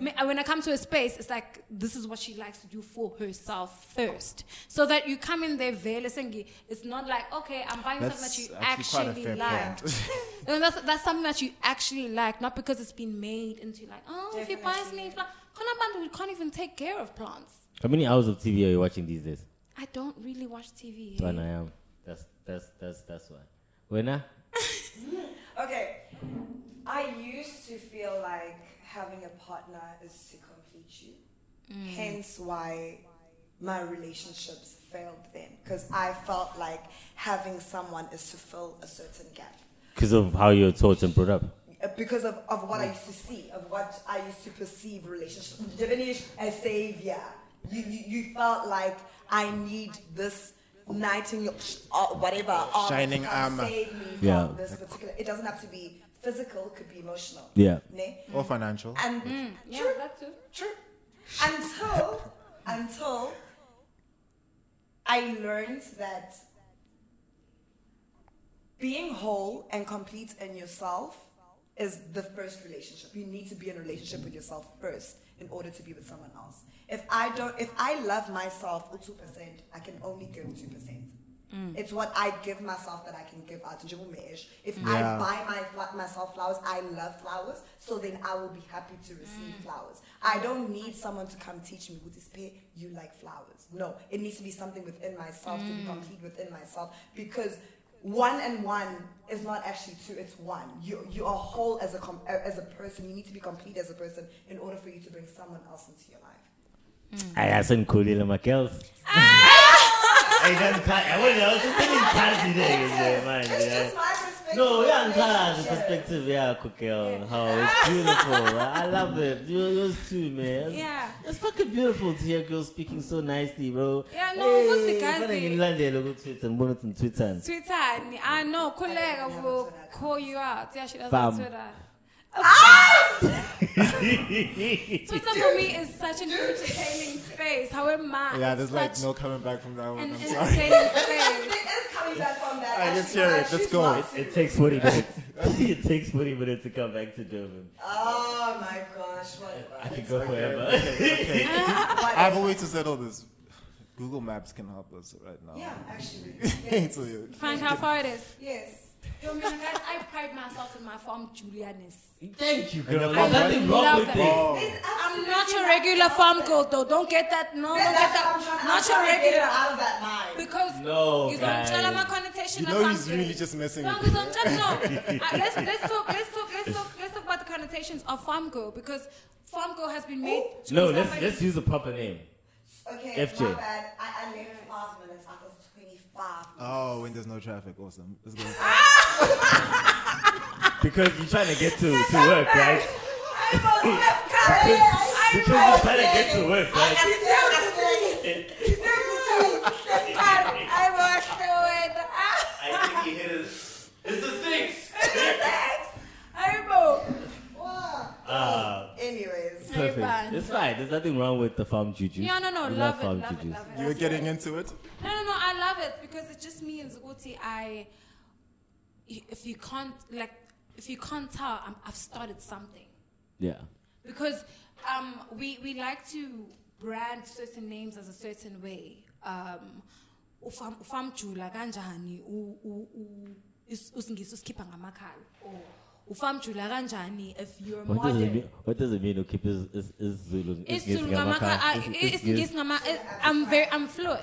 Me- uh, when i come to a space it's like this is what she likes to do for herself first so that you come in there vele sengi it's not like okay i'm buying something that you actually, like point. no, that's, that's something that you actually like not because it's been made into like oh if he buys Definitely. me flowers we can't even take care of plants How many hours of TV are you watching these days? i don't really watch tv One I am. That's that's that's that's why. ah? Wena, Okay. I used to feel like having a partner is to complete you. Mm. Hence why my relationships failed then. Because I felt like having someone is to fill a certain gap. because of how you were taught and brought up. Uh, Because of, of Mm. what I used to see, of what I used to perceive relationships. Japanese a savior. You, you, you felt like I need this nightingale, uh, whatever, armor to Shining come armor. Save me Yeah. from this particular. It doesn't have to be physical; it could be emotional. Yeah. Ne? or financial. And yeah true, that too true. Until until I learned that being whole and complete in yourself is the first relationship. You need to be in a relationship with yourself first in order to be with someone else. If I don't if I love myself two percent, I can only give two percent. It's what I give myself that I can give out. Njengoba umesh. If Yeah. I buy my fla- myself flowers, I love flowers, so then I will be happy to receive flowers. I don't need someone to come teach me, this pay, you like flowers. No, it needs to be something within myself to be complete within myself because one and one is not actually two it's one you you are whole as a com- uh, as a person you need to be complete as a person in order for you to bring someone else into your life I asked Kulila Makels. Hey, that's kind. I wouldn't know. It's just an intensity thing, is there, man, it's uh, yeah. just my perspective No, on yeah, I'm glad the relationships. perspective. Yeah, Kukel. How Oh, it's beautiful. man. I love it. You- Yours too, man. yeah It's fucking beautiful to hear girls speaking so nicely, bro. Yeah, no, ukuthi kazi- kodwa ngilandele ukuthi ngibona ukuthi ngithwithani. Twitter, I know, ah, colleague have a will Twitter account. call you out. Yeah, she doesn't Fam. Twitter. Twitter for me is such an entertaining space. However, mine yeah, is there's such like no coming back from that one. an I'm sorry. entertaining space. It is coming back from that. I and just she's hear not- it. Let's she's go. not It- It takes 40 minutes. it takes 40 minutes to come back to Durban. Oh my gosh, what I could go Okay, forever. okay, okay. what- I have a way to settle this. Google Maps can help us right Oh. now. Yeah, actually. Yes. It's weird. Find how far it is. yes. Yo, man, guys, I pride myself in my farm Julianness. Thank you, girl. There's I nothing love wrong with that. it. Oh, It's I'm absolutely not your not- regular farm girl, though. Don't get that. No, Yeah, don't get that's what I'm that. trying- Not I'm your trying to get her regular. out of that mind. Because No, you don't tell guys. him a connotation you of know farm he's girl. really just messing No, with because you. on top, no. Uh, let's, let's talk, let's talk, let's talk, let's talk about the connotations of farm girl because farm girl has been made. To No, be let's somebody- let's use a proper name. Okay, FJ. my bad. I, I left five minutes out of 25. Oh, when there's no traffic, awesome. Let's go. Because you're trying to get to, to work, right? I was left covered. I Because was you're trying to get to work, I right? am still the same. I washed away the ah, I think he hit us. It's a six. I know. Wow. Ah, Anyways, perfect. fine. It's fine. There's nothing wrong with the farm juju. Yeah, no, no, We love it, farm love it, jujus. love it. You were getting into it? No, no, no. I love it because it just means Uti. I, if you can't like, if you can't tell, I'm, I've started something Yeah. because um, we we like to brand certain names as a certain way. Um, ufam ufamjula kanjani u u u is- usingiso sikhipha ngamakhala or ufamjula kanjani if you're What does it modern. mean? What does it mean? Okay, is is is Zulu? It's Ngesi Tsulungamaka. ngamakhaya. I- Is- is- It's is- Ngisngama. I'm very. I'm fluent.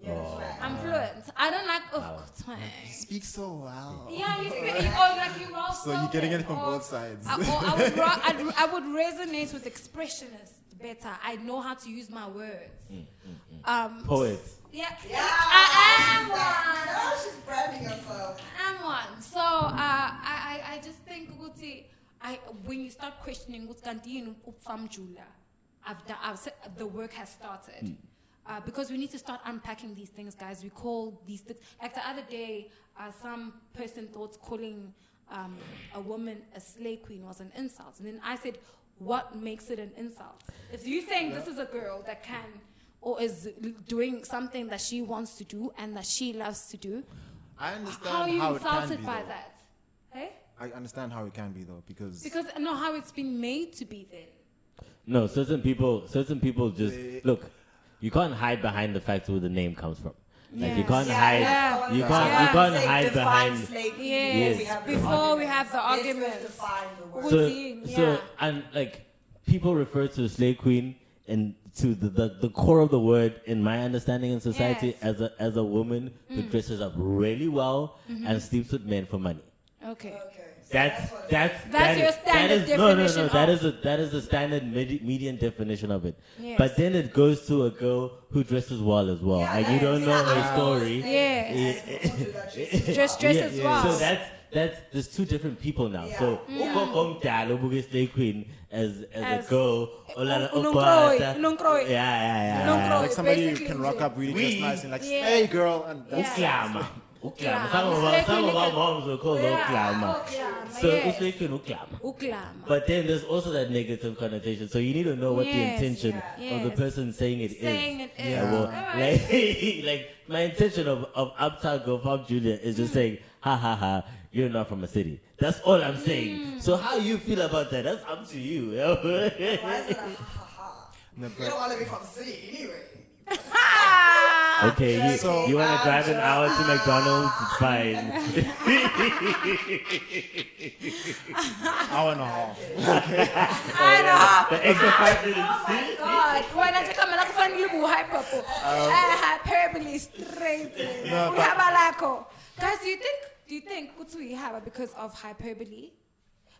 yeah, that's Oh. right. I'm fluent. I don't like Wow. oh time. Speak so well. Yeah, you speak, you- or like you well So you're getting it from both sides. I, or I would, ra- I'd, I would resonate with expressionists better. I know how to use my words. Mm, Um, Poet. Yeah, Yeah. I No, she's branding herself. am one. I'm one. So uh, I, I, I just think ukuthi, I when you start questioning what's kanti upfamjula, I've done, I've said the work has started. Uh, because we need to start unpacking these things, guys. We call these things. Like the other day, uh, some person thought calling um, a woman a slay queen was an insult. And then I said, What makes it an insult? If you're saying this is a girl that can or is doing something that she wants to do and that she loves to do, I how are understand you how it can insulted be. by though. that? Hey? I understand how it can be though, because Because I know how it's been made to be then. No, certain people. Certain people just They- look. You can't hide behind the fact where the name comes from. Like you Yes. can't Yeah, hide. yeah. You Yeah. can't. Yeah. You can't Say hide define behind. slave people. Yes, We have the before we have the Let's arguments. first define the word. so, Cuisine, so yeah. and like people refer to slay queen and to the, the, the core of the word in my understanding in society Yes. Mm. as a as a woman who dresses up really well Mm-hmm. and sleeps with men for money. Okay. Uh, Okay. so That's what- that's That's that your is- that standard is, no, definition No, no, no. That of- is a that is the standard medi- median definition of it. Yes. But then it goes to a girl who dresses well as well, Yeah, and you don't that's- know yeah, her story. Yes. Told you that she's- Just dress as well. Mm. So that's that's there's two different people now. Yeah. So ugogo mdala ubuke slay queen as as, As- a girl, olala Un- uBhata. unonkroyi, unonkroyi. Yeah, yeah, yeah. Unonkroyi, uh, like somebody who basically can nje. rock up really We- just nice and like, Yeah. hey girl, and Yeah. Uklama. Uklama. Some of Slay our queen some of our you can- moms will call her Yeah, uklama. uklama, So yes. uslay queen uklama. Uklama. But then there's also that negative connotation. So you need to know what Yes. the intention Yeah. of the Yes. person saying it is. Saying it is. Yeah, well, Alright. like, like my intention of, of Uptown Girl Pop Junior is Hmm. just saying, ha ha ha, you're not from a city. That's all I'm Hmm. saying. So how you feel about that, that's up to you. Why is it a ha ha ha? No, You don't but- want to be from the city anyway. okay, you, So- you want to drive an hour to McDonald's? It's fine. hour and a half. I know. The extra five minutes. Oh God, when I come and I find you hyper, Um, Eh, hyperbole straight. No, We have a lack Guys, do you think do you think kutu we have because of hyperbole?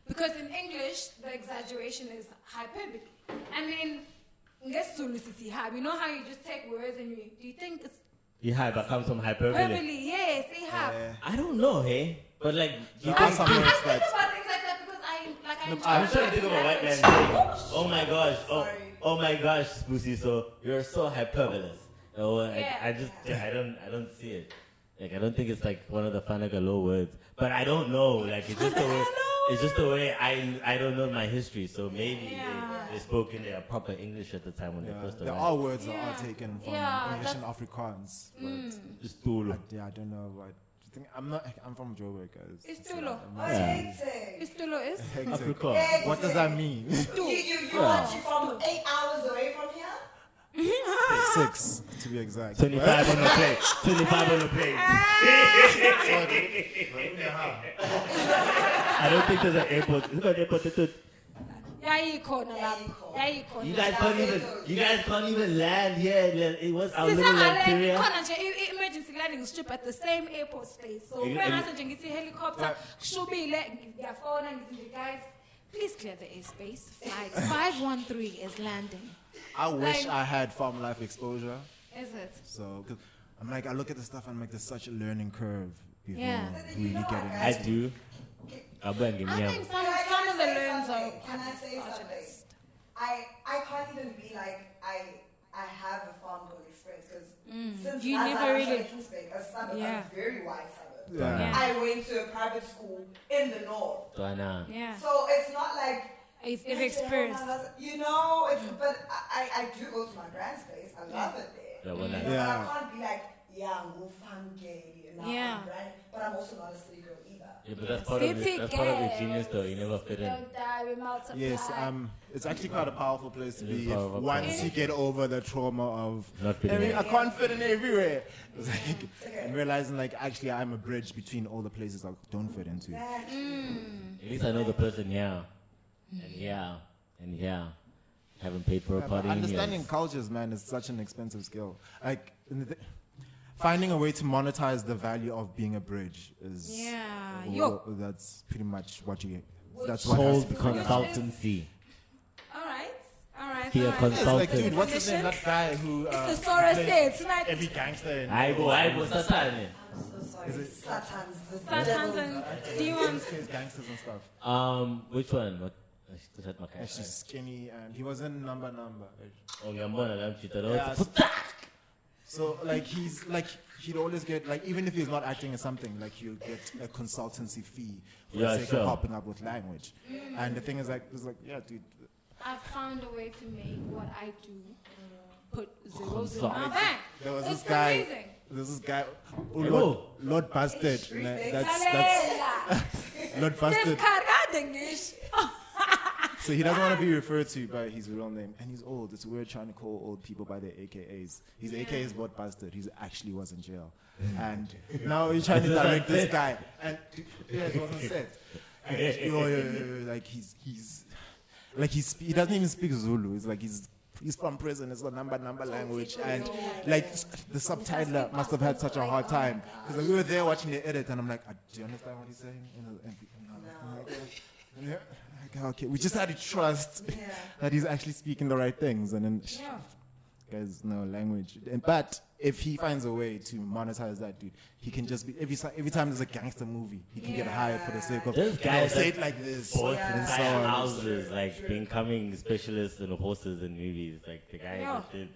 Because in English the exaggeration is hyperbole. And then ngesizulu sithi ihaba. You know how you just take words and you do you think it's Yeah, but comes from hyperbole. hyperbole? Yes, ihaba. Yeah. I don't know, hey. But like, you There are think- some I, I words think that about things like that because I like I No, enjoy I'm trying to think of a white man saying, "Oh my gosh, oh, Sorry. oh my gosh, Spoosie, so you're so hyperbolous." Oh, Yeah. I, I just, I don't, I don't see it. Like, I don't think it's like one of the Fanagalo words, but I don't know. Like, it's just the way, it's just the way I, I don't know my history. So maybe Yeah. they, they spoke in their proper English at the time when they yeah, first there arrived. are words that Yeah. are taken from Yeah, English and that's- Afrikaans, but Stulu. I, yeah, I don't know. What, I think I'm not. I'm from Joburg, guys. It's so Tulo. I I'm not Yeah. hate it. Istulo is hectic. Afrikaans. What does that mean? You, two. you, you want you from eight hours away from here? Six. to be exact. 25 on the plate. 25 on the plate. I don't think there's an airport. Is there an airport? Tut, tut. Yayikhona lapho. You Yayikhona. guys can't even. You guys can't even land here. Like, It was our little Nigeria. ikhona nje i- i- emergency landing strip at the same airport space so Eli- kube eli- ngaso nje ngithi helicopter kushubile ngiyafona ngithi "The guys please clear the airspace flight 513 is landing I wish Like- I had farm life exposure. is it So 'cause I'm like, I look at the stuff and I'm like, there's such a learning curve before Yeah. really getting. I do. I'll bang him. I Yeah. think some, Can I- some of can the I say learns are something? quite Can I say something? misogynist. I I can't even be like I I have a farm girl experience because since Mm. You last never time I really- was in Johannesburg, a suburb, Yeah. a very wide suburb. Yeah. Yeah. I went to a private school in the north, Bana. Yeah. so it's not like It's, Like, it's experience. oh my God, You know, it's Mm. but I, I I do go to my grand's place. I love it there. Yeah, well, You like- know, but Yeah. I can't be like, yeah, I'm go funky. You know, Yeah. I'm grand, but I'm also not a city girl either. Yeah, but that's part of City it. That's part of your girls. genius, though. You never fit in. Don't die, we multiply. Yes, um, it's actually quite a powerful place to It is be if powerful once place. you get over the trauma of Not fitting "Every- in. I can't fit in everywhere. It's like, and realizing like actually I'm a bridge between all the places I don't fit into. At least I know the person here, and here, and here. Haven't paid for a Yeah, party but in understanding years. cultures, man, is such an expensive skill. Like and the- finding a way to monetize the value of being a bridge is Yeah, w- yo. that's pretty much what you. Which That's what has Cold to be con- done. consultancy. All right. All right. Be a all right. It's like, dude, consultant. what's his name? That guy who. Uh, It's the Sora plays State. Tonight, Every gangster. in- I go, I go, Sasane. I'm so sorry. Satan's the Satan's devil. and demons. plays gangsters and stuff. Um, which one? What? Is that my And she's skinny, and he was in number number. Oh, ngiyambona la mjita lo. Yeah, so- So like he's like he'd always get like even if he's not acting in something like he'll get a consultancy fee for Yeah, the sake sure. of popping up with language. And the thing is like it's like yeah dude I found a way to make what I do put zeros in Consult. my bank. there was this It's guy amazing. there's this guy oh, Hello. Lord, Lord Bastard. Hey, Nah, Shrek. that's that's Lalela. Lord Steph Bastard. Curry, I think it's- So he doesn't want to be referred to by his real name, and he's old. It's weird trying to call old people by their AKAs. His AKA is Lord Bastard. He actually was in jail, and now he's trying to direct this guy. Oh, And yeah, it wasn't said. And yo, yo, yo, yo, like he's he's like he's he doesn't even speak Zulu. It's like he's he's from prison. It's a number number language, and like s- the subtitler must have had such a hard time because we were there watching the edit, and I'm like, "Ah, do you understand what he's saying? You know, and- and I'm like, yeah. Okay, okay. We just had to trust that he's actually speaking the right things, and then sh- Yeah. guys know language. And, but if he finds a way to monetize that dude, he can just be every si- every time there's a gangster movie, he can get hired for the sake of. This guy I'll is say like it like this. Both and so oh, entire on. houses, like becoming specialists in horses and movies. Like the guy Yeah. that did,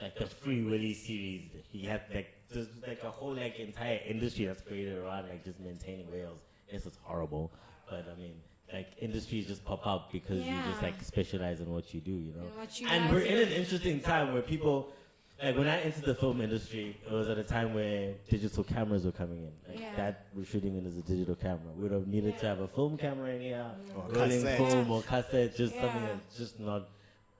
like the Free Willy series. He had like there's like a whole like entire industry that's created around like just maintaining whales. This is horrible, but I mean. Like industries just pop up because you just Yeah. like specialize in what you do, you know. In what you and like we're to in an interesting time where people, like when I entered the film industry, it was at a time where digital cameras were coming in. Like Yeah. that we're shooting it as a digital camera. We'd have needed to have a film camera in here, Or rolling cassette. film or cassette, just something Yeah. that's just not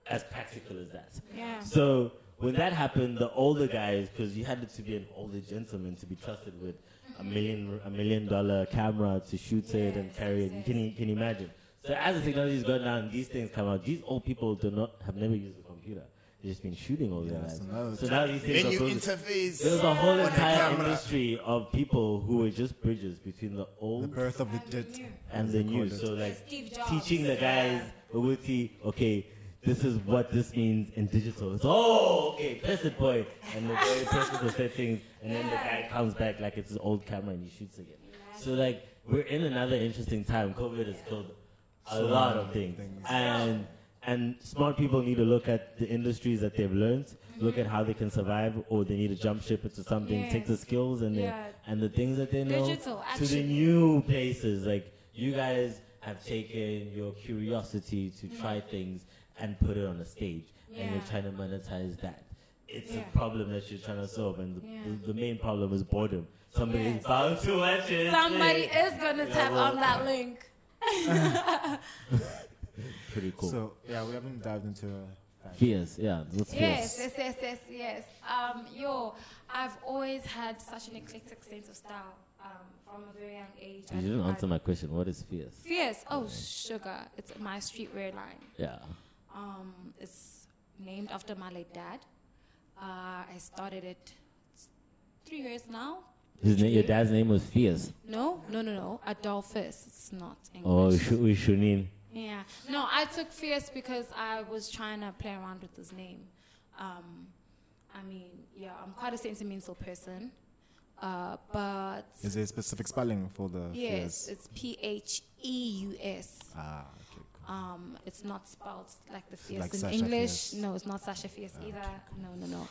as practical as that. Yeah. So when that happened, the older guys, because you had to be an older gentleman to be trusted with a million a million dollar camera to shoot it and Yes, carry it. yes, Can you can you imagine? So as the technology's gone down, these things come out. These old people do not have never used a computer. They've just been shooting all their Yeah, lives. so now So now these things Menu are built- there was interface. a whole a entire camera. industry of people who were just bridges between the The old birth of the And jet. you. and as the they new. call it. So like Steve Jobs. teaching the guys Ubuti, okay, this is what this means in digital. It's oh okay, press it boy. And the very person will say things and then the guy comes back like it's his old camera and he shoots again. So like we're in another interesting time. COVID has killed a So lot many of things. things. And and smart people need to look at the industries that they've learned, look at how they can survive, or they need to jump ship into something, take Yes. the skills and the, Yeah. and the things that they know Digital, to the actually. new places. Like you guys have taken your curiosity to try things and put it on a stage, and you're Yeah. trying to monetize that. It's Yeah. a problem that you're trying to solve, and the, Yeah. the, the main problem is boredom. Somebody is Yes. bound to watch it. Somebody is gonna tap well- on that link. pretty cool. So yeah, we haven't dived into uh, a Fierce, yeah. That's Yes, fierce. yes, yes, yes, yes. Um, yo, I've always had such an eclectic sense of style um, from a very young age. You didn't answer my question. What is fierce? Fierce. Oh, sugar. It's my streetwear line. Yeah. Um, it's named after my late dad. Uh, I started it s- three years now. His name, your Literally. dad's name was Fierce. No, no, no, no. Adolphus. It's not Oh, English. Shu- Shunin. Yeah. No, I took Fierce because I was trying to play around with his name. Um, I mean, yeah, I'm quite a sentimental person. Uh, but Is there a specific spelling for the yes, fierce? it's P H E U S. Ah, okay, cool. Um, it's not spelled like the fierce Like in Sasha English. Fierce. Ah, No, it's not Sasha Fierce either. No, no, no.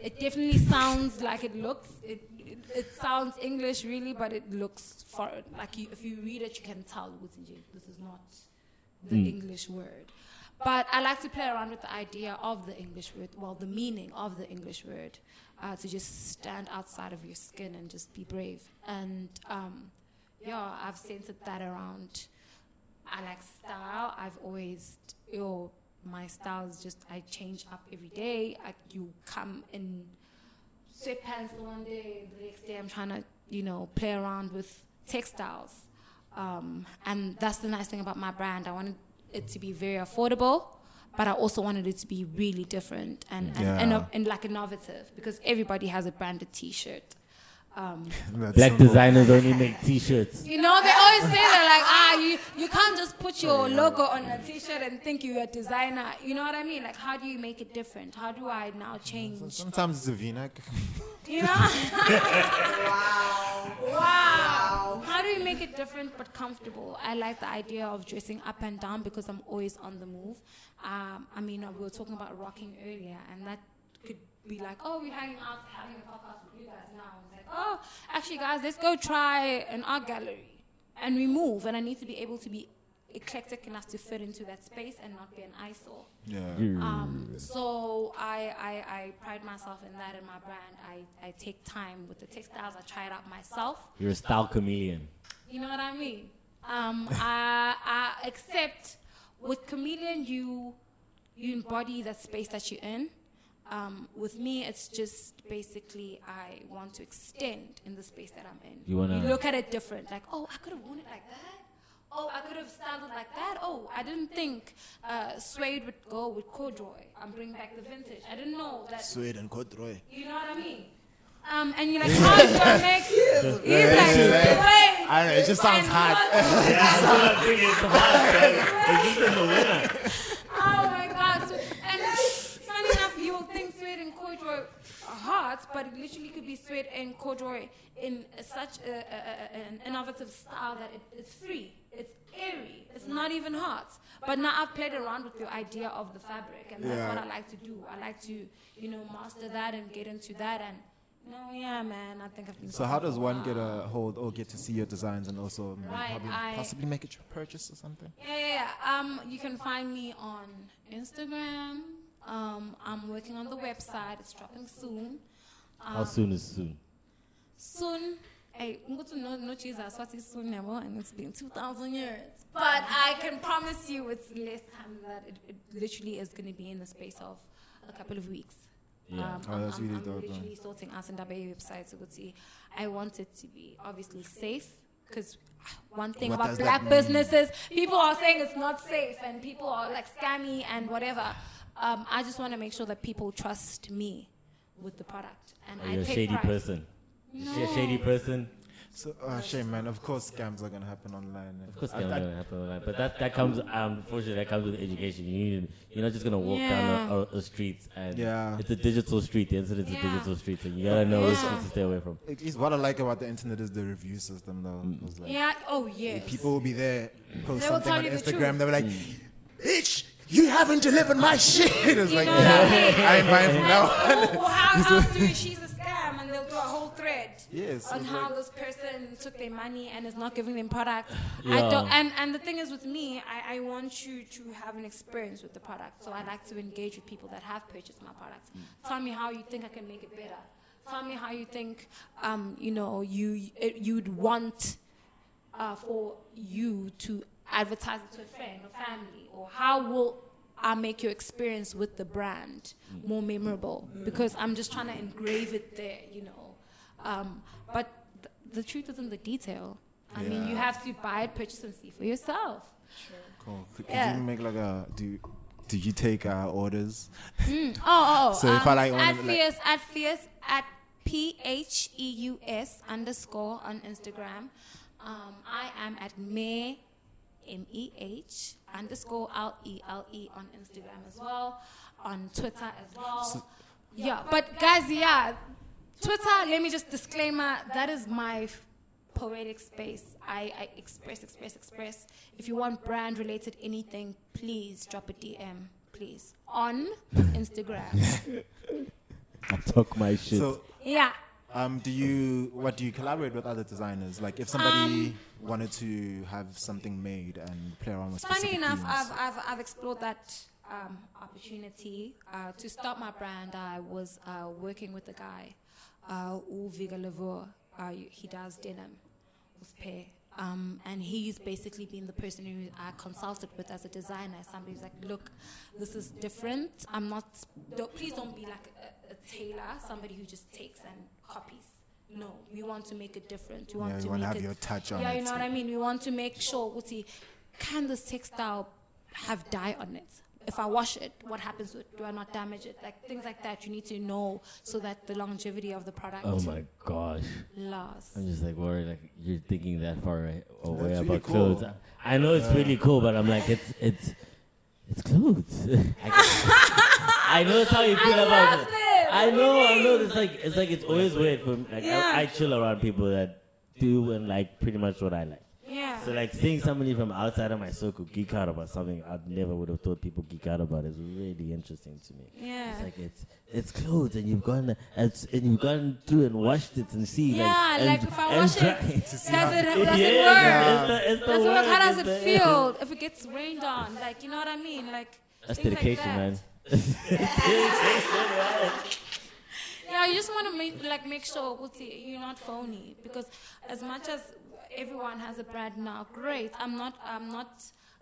It definitely sounds like it looks. It, it, it sounds English really, but it looks foreign. Like you, if you read it, you can tell ukuthi nje, this is not the Hmm. English word. But I like to play around with the idea of the English word, well, the meaning of the English word, uh, to just stand outside of your skin and just be brave. And um, yeah, I've centered that around. I like style. I've always, yo, my style is just, I change up every day. I, you come in sweatpants one day, the next day I'm trying to, you know, play around with textiles. Um, and that's the nice thing about my brand. I wanted it to be very affordable, but I also wanted it to be really different and, and, and, Yeah. and like innovative because everybody has a branded t shirt. Um, That's Black so- designers only make T-shirts. you know, they always say that, like, ah, you, you can't just put your logo on a t shirt and think you're a designer. You know what I mean? Like, how do you make it different? How do I now change? Sometimes it's a V-neck. You know? Wow. Wow. How do you make it different but comfortable? I like the idea of dressing up and down because I'm always on the move. Um, I mean, uh, we were talking about rocking earlier, and that could be like, oh, we're hanging out, having a podcast with you guys now. It's like, oh, actually, guys, let's go try an art gallery. And we move, and I need to be able to be eclectic enough to fit into that space and not be an eyesore. Yeah. Um, so I, I, I pride myself in that in my brand. I, I take time with the textiles. I try it out myself. You're a style chameleon. You know what I mean? Um, I, I accept with comedian you you embody that space that you're in. Um, with me, it's just basically I want to extend in the space that I'm in. You wanna- look at it different, like oh, I could have worn it like that. Oh, I could have styled it like that. Oh, I didn't think uh, suede would go with corduroy. I'm bringing back the vintage. I didn't know that. Suede and corduroy. You know what I mean? Um, and you're like, how do I make? He's like, wait. I don't know, it just sounds And hot. what- Is this in the winner? Oh my God! So, and it's funny enough, you will think suede and corduroy are hot, but it literally could be suede and corduroy in such a, a, a- an innovative style that it, it's free, it's airy, it's not even hot. But now I've played around with the idea of the fabric, and that's Yeah. what I like to do. I like to, you know, master that and get into that. And no, yeah, man, I think I've been. So how does one get a? a hold or get to see your designs and also may- Right, probably- I- possibly make a tr- purchase or something? Yeah, yeah, yeah. Um, you can find me on Instagram. Um, I'm working on the website. It's dropping soon. How Um, soon is soon? soon. Hey, I'm going to know, know Jesus what is soon now, and it's been 2,000 years. But I can promise you it's less time than that. It, it literally is going to be in the space of a couple of weeks. Yeah. Um, Oh, I'm- that's I'm, really I'm dope, man. literally sorting out and website to go see. I want it to be obviously safe because one thing What about does that black mean? businesses, people are saying it's not safe and people are like scammy and whatever. Um, I just want to make sure that people trust me with the product. And Are I you a take shady pride. person? Is she a shady person? So oh, shame, man. Of course, scams are gonna happen online. Of course, scams gonna happen, online, but that that comes. Um, unfortunately, that comes with education. You need. You're not just gonna walk down a, a, a street and. Yeah. It's a digital street. The internet's a Yeah. digital street, and you gotta know which Yeah. streets to stay away from. At least what I like about the internet is the review system, though. It was like, Yeah. Oh yes. People will be there, post They will something tell on you the Instagram. They'll be like, "Bitch, you haven't delivered my shit." It's like, yeah, I ain't buying from now. on. oh, Well, how else do you, she's a scam, and they'll do a whole thread Yes, on it's how like- this person took their money and is not giving them product. Yeah. I don't, and and the thing is with me, I, I want you to have an experience with the product, so I like to engage with people that have purchased my product. Mm. Tell me how you think I can make it better. Tell me how you think, um, you know, you it- you'd want uh, for you to advertise it to a friend or family, or how will I make your experience with the brand more memorable because I'm just trying to engrave it there, you know. Um, but th- the truth is in the detail. I mean, you Yeah. have to buy it, purchase, and see for yourself. Cool. Could, could Yeah. you make like a do? Do you take uh, orders? Mm, Oh, oh. So if I like wanna at like- fierce at fierce at p h e u s underscore on Instagram. Um, I am at me m e h underscore l e l e on Instagram as well, on Twitter as well. yeah, but guys, yeah, Twitter. Let me just disclaimer. That is my f- poetic space. I, I express, express, express. If you want brand related anything, please drop a DM. Please on Instagram. I talk my shit. So, Yeah. um, do you what do you collaborate with other designers? Like, if somebody Um, wanted to have something made and play around with. Funny specific enough, themes. I've, I've, I've explored that um, opportunity. Uh, to start my brand, I was uh, working with a guy, uh, U Viga Lavour. Uh, you- he does denim with pear. Um, and he's basically been the person who I consulted with as a designer. Somebody who's like, look, this is different. I'm not, don't, please don't be like a, a tailor, somebody who just takes and copies. No, we want to make it different. We want Yeah, to you want to make have it your touch on yeah, it. you know what I mean. We want to make sure, Wuti, can this textile have dye on it? If I wash it, what happens to it? Do I not damage it? Like things like that, you need to know so that the longevity of the product oh my gosh. lasts. I'm just like worried, like you're thinking that far a- away That's about really clothes. cool. I I know it's really cool, but I'm like, it's it's it's clothes. I, I know it's how you feel about love it. it. I know, I know. It's like it's like it's always weird for me. Like Yeah. I, I chill around people that do and like pretty much what I like. Yeah. So like seeing somebody from outside of my circle geek out about something I never would have thought people geek out about is really interesting to me. Yeah. It's like it's it's clothes and you've gone it's, and you've gone through and washed it and see yeah, like, and, like if I and wash it, dry- does it, how- does it yeah, It's work? the, it's the Does it work, work? How does it's it the- feel? If it gets rained on, like you know what I mean? Like That's things like dedication, that. man. Yeah, you just want to make like make sure ukuthi, you're not phony because as much as everyone has a brand now, great. I'm not. I'm not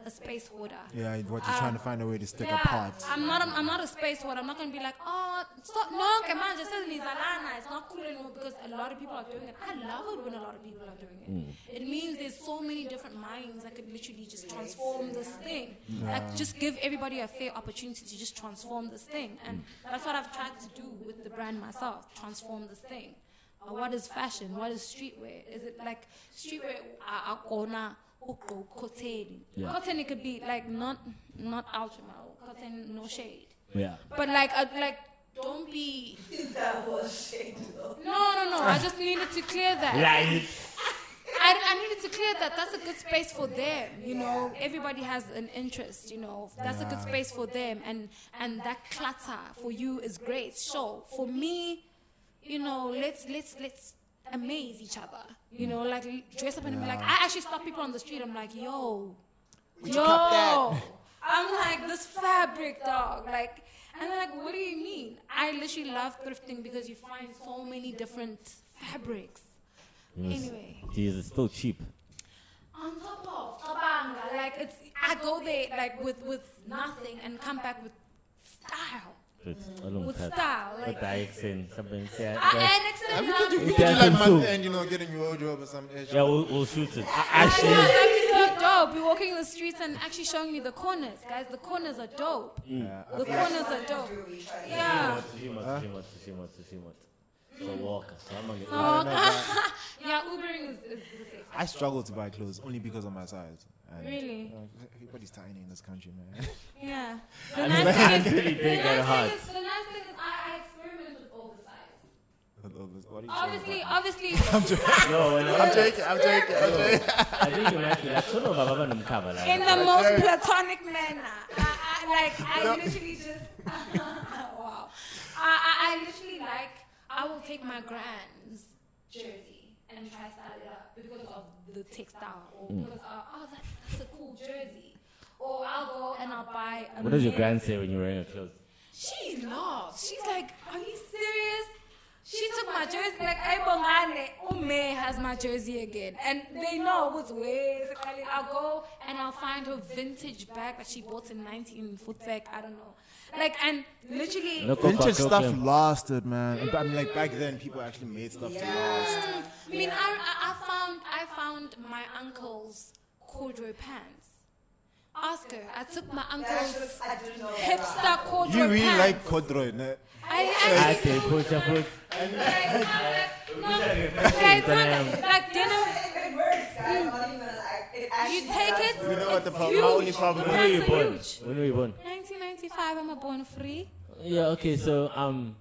a space hoarder. Yeah, what you're trying to find a way to stick Yeah, apart. I'm not. I'm not a space hoarder. I'm not gonna be like, oh, stop. No, come on, just say Nizalana. It's not cool anymore because a lot of people are doing it. I love it when a lot of people are doing it. It means there's so many different minds that could literally just transform this thing. Like, just give everybody a fair opportunity to just transform this thing, and that's what I've tried to do with the brand myself. Transform this thing. Uh, what is fashion? What is streetwear? Is it like streetwear? Uh, corner, cotton. Yeah. Cotton it could be like not not ultra male, cotton no shade. Yeah. But like uh, like don't be That was shade though. no no no. I just needed to clear that. Like I, I needed to clear that. That's a good space for them. You know, everybody has an interest. You know, that's a good space for them, and and that clutter for you is great. Sure, for me, you know, let's let's let's amaze each other. You know, like dress up and be like. I actually stop people on the street. I'm like, yo, you cop yo. I'm like this fabric dog, like. And they're like, what do you mean? I literally love thrifting because you find so many different fabrics. Anyway. Jeez, it's still cheap. On top of Kabanga, like it's I go there like with with nothing and come back with style, It's I don't with have- style. with Like the accent, something. Yeah, yeah. I annex Yeah, it. we could do, we If could do there's like some month soup. end, you know, getting your wardrobe or some ish. Yeah, we'll, we'll shoot it. I, Actually, actually, so dope. You're walking the streets and actually showing you the corners, guys. The corners are dope. Mm. Yeah, I The feel like- corners are dope. We tried. Yeah. Shimot, Shimot, Shimot, Shimot. So walk. So I'm gonna- I don't know, but Yeah, Ubering is, is the safe. I struggle to buy clothes only because of my size. And, Really? uh, everybody's tiny in this country, man. Yeah. I The mean, nice thing I'm is, pretty the big at nice heart. thing is, the nice thing is I, I experiment with all the sizes. With all this- what are you talking Obviously, about? obviously. No, when I, joking, I'm joking, I'm joking. I think you might be like, sort of Baba Nomkhaba, in like, the most platonic manner. I, I, like I literally just wow. I, I, I literally like I will take my grand's jersey and try to style it up because of the textile or Mm. because uh, oh that, that's a cool jersey. Or I'll go and I'll buy. A What does your man's- grand say when you're wearing your clothes? She laughs. She's like, "Are you serious?" She took my jersey, like Aibongane, Ume has my jersey again. And they know what's ways. I'll go and I'll find her vintage bag that she bought in 19 Futek, I don't know. Like, and literally, Look, Vintage Coca-Cola. stuff lasted, man. And- I mean, like back then, people actually made stuff to last. I mean, I, I- I found I found my uncle's corduroy pants. Ask her. I took my I should uncle's have, I didn't know. that. hipster corduroy You really pants. like corduroy, ne? I I actually say push up, push. like, no, like, Damn. like dinner. It, it works, guys. Not even like it actually You take does it. work. You know what the It's prob- my huge. only problem When were you That's born? huge. When were you born? 1995. I'm a born free. Yeah, okay, so um,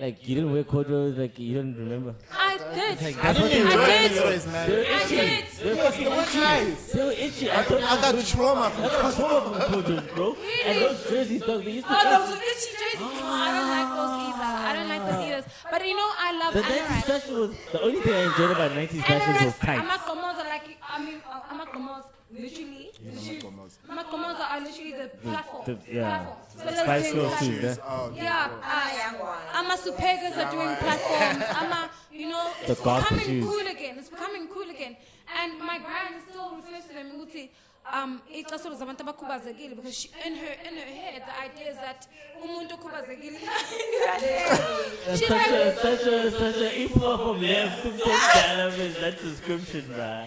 like you didn't wear corduroys, like you don't remember. I did. I Fucking didn't- I dry did. corduroys, They were man. I itchy. did. They were Yes, they fucking were itchy. nice. They were itchy. I thought I got trauma I from got trauma from corduroys, bro. And Really? those jerseys, dog, they used to. Oh, those are itchy jerseys. No, I don't like those either. I don't like those either. But you know, I love The 90s anorak. special was the only thing I enjoyed about 90s specials was Anoraks, tight. amakomos are like, I mean, uh, amakomos literally, literally, Amakomos. amakomos are literally the platform, the- yeah. platforms. The Fellas Spice doing Girls too, platforms. yeah. Oh, Yeah, young one. uh, ama supergas are doing platforms. Ama, you know, The it's goth becoming issues. cool again. It's becoming cool again. And my grand still refers to them ukuthi um icasolo zabantu abakhubazekile because she, in her in her head the idea is that umuntu okhubazekile she's Such like a, such a, such a, info from left to left, that description, bruh.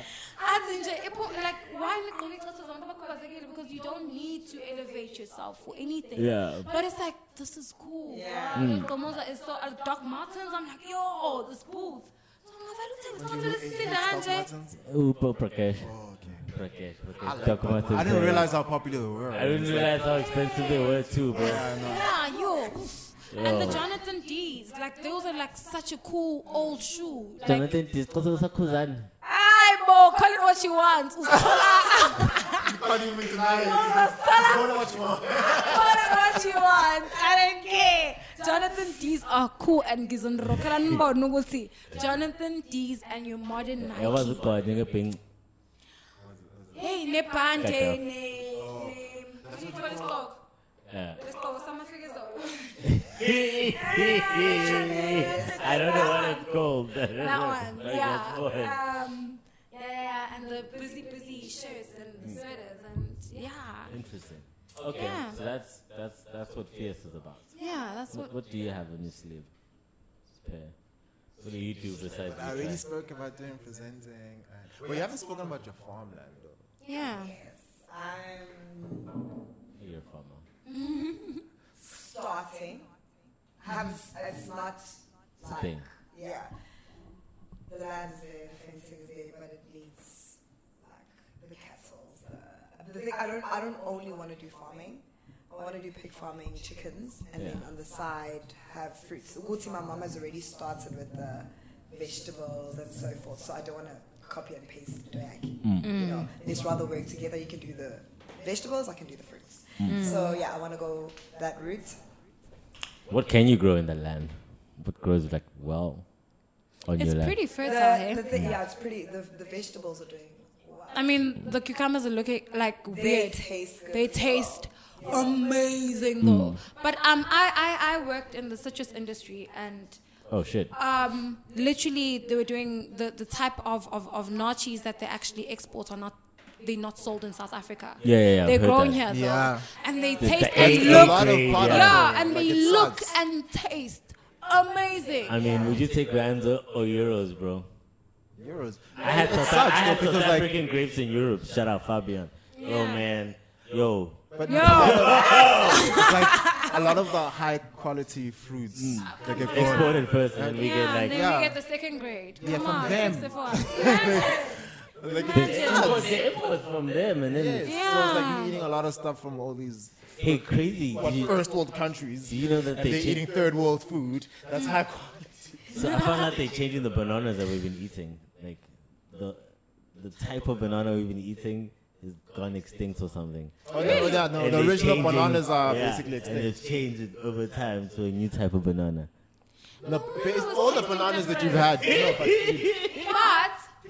athi nje ipo- like why nigqoke icathulo zabantu abakhubazekile because you don't need to elevate yourself for anything Yeah. Hmm. but it's like this is cool Yeah. wow, Gomoza is so uh, Doc Martens I'm like yo this boots So I'm like, "Vele uthenga isicathulo esisinda kanje?" Upo Prakash. Okay. Prakash, I, Prakash. like Talk about Papa. I didn't realize how popular they were. I didn't realize how expensive they were too, bro. Yeah, I know. yeah yo and the Yo. Jonathan D's like those are like such a cool old shoe like Jonathan, this is a cousin. ay bo call it what you want Usithola- Can't even deny it. Don't know what you want. Call it what you want. I don't care. Jonathan D's are cool and ngizonirokela nibone ukuthi Jonathan D's and your modern I was a Nike. god, nigga, ping. Hey, nebhande Kaka. ne ne- kuthiwa isigqoko. Yeah. Isigqoko samahlekezo. I don't know what it's called. That one, yeah. That's one. Um, yeah, yeah, and the busy, busy shirts and sweaters and yeah, Interesting. Okay, Yeah. so that's that's that's what fierce is about. yeah. That's what. What, what do you have on your sleeve? Spare. What do you do besides? I you already try? spoke about doing presenting. And, well, you haven't spoken about your farmland, though. Yeah. I'm You're a farmer. starting. Have it's not It's a thing. yeah. The land is there, the fencing is there, but it needs like the cattle. The, the thing I don't I don't only want to do farming. I want to do pig farming, chickens, and then Yeah. on the side have fruits. Uti, my mom has already started with the vegetables and so forth, so I don't want to copy and paste back. You know, let's rather work together. You can do the vegetables, I can do the fruits. So yeah, I want to go that route. What can you grow in the land? What grows like well on It's your land? pretty fertile. The, hey? the thing, yeah, it's pretty. The, the vegetables are doing wow. I mean, the cucumbers are looking like They weird. taste good. They taste Oh. amazing though. But um, I, I, I worked in the citrus industry and Oh shit. um, literally they were doing the, the type of, of, of nachis that they actually export are not they're not sold in South Africa. Yeah, yeah, yeah, I've They're heard growing that. here though. Yeah. And they the taste egg and is It's a Look- look lot of Yeah. product, yeah, though. and Like, they it look sucks. and taste amazing. I mean, would you take rands or, or euros, bro? Euros. I had It South, sucks, I had though, South because, like- African grapes in Europe. Shout out Fabian. Oh Yeah. man, yo, But Yo, it's like a lot of the high quality fruits Mm. that get grown. exported first, and then we get yeah, like and then Yeah. we get the second grade. Yeah, Come from on, them. 64. Like, They import- they import from them, and then yes. So it's like you're eating a lot of stuff from all these hey, crazy. what, Did you, first world countries. do you know that And they they're change- eating third world food. That's high quality. So I found out they're changing the bananas that we've been eating. Like the the type of banana we've been eating is gone extinct or something. Oh, no, no, no, And the they're original changing- bananas are yeah, basically And extinct. they've changed it over time to a new type of banana. No, it's all the bananas that you've had. No, but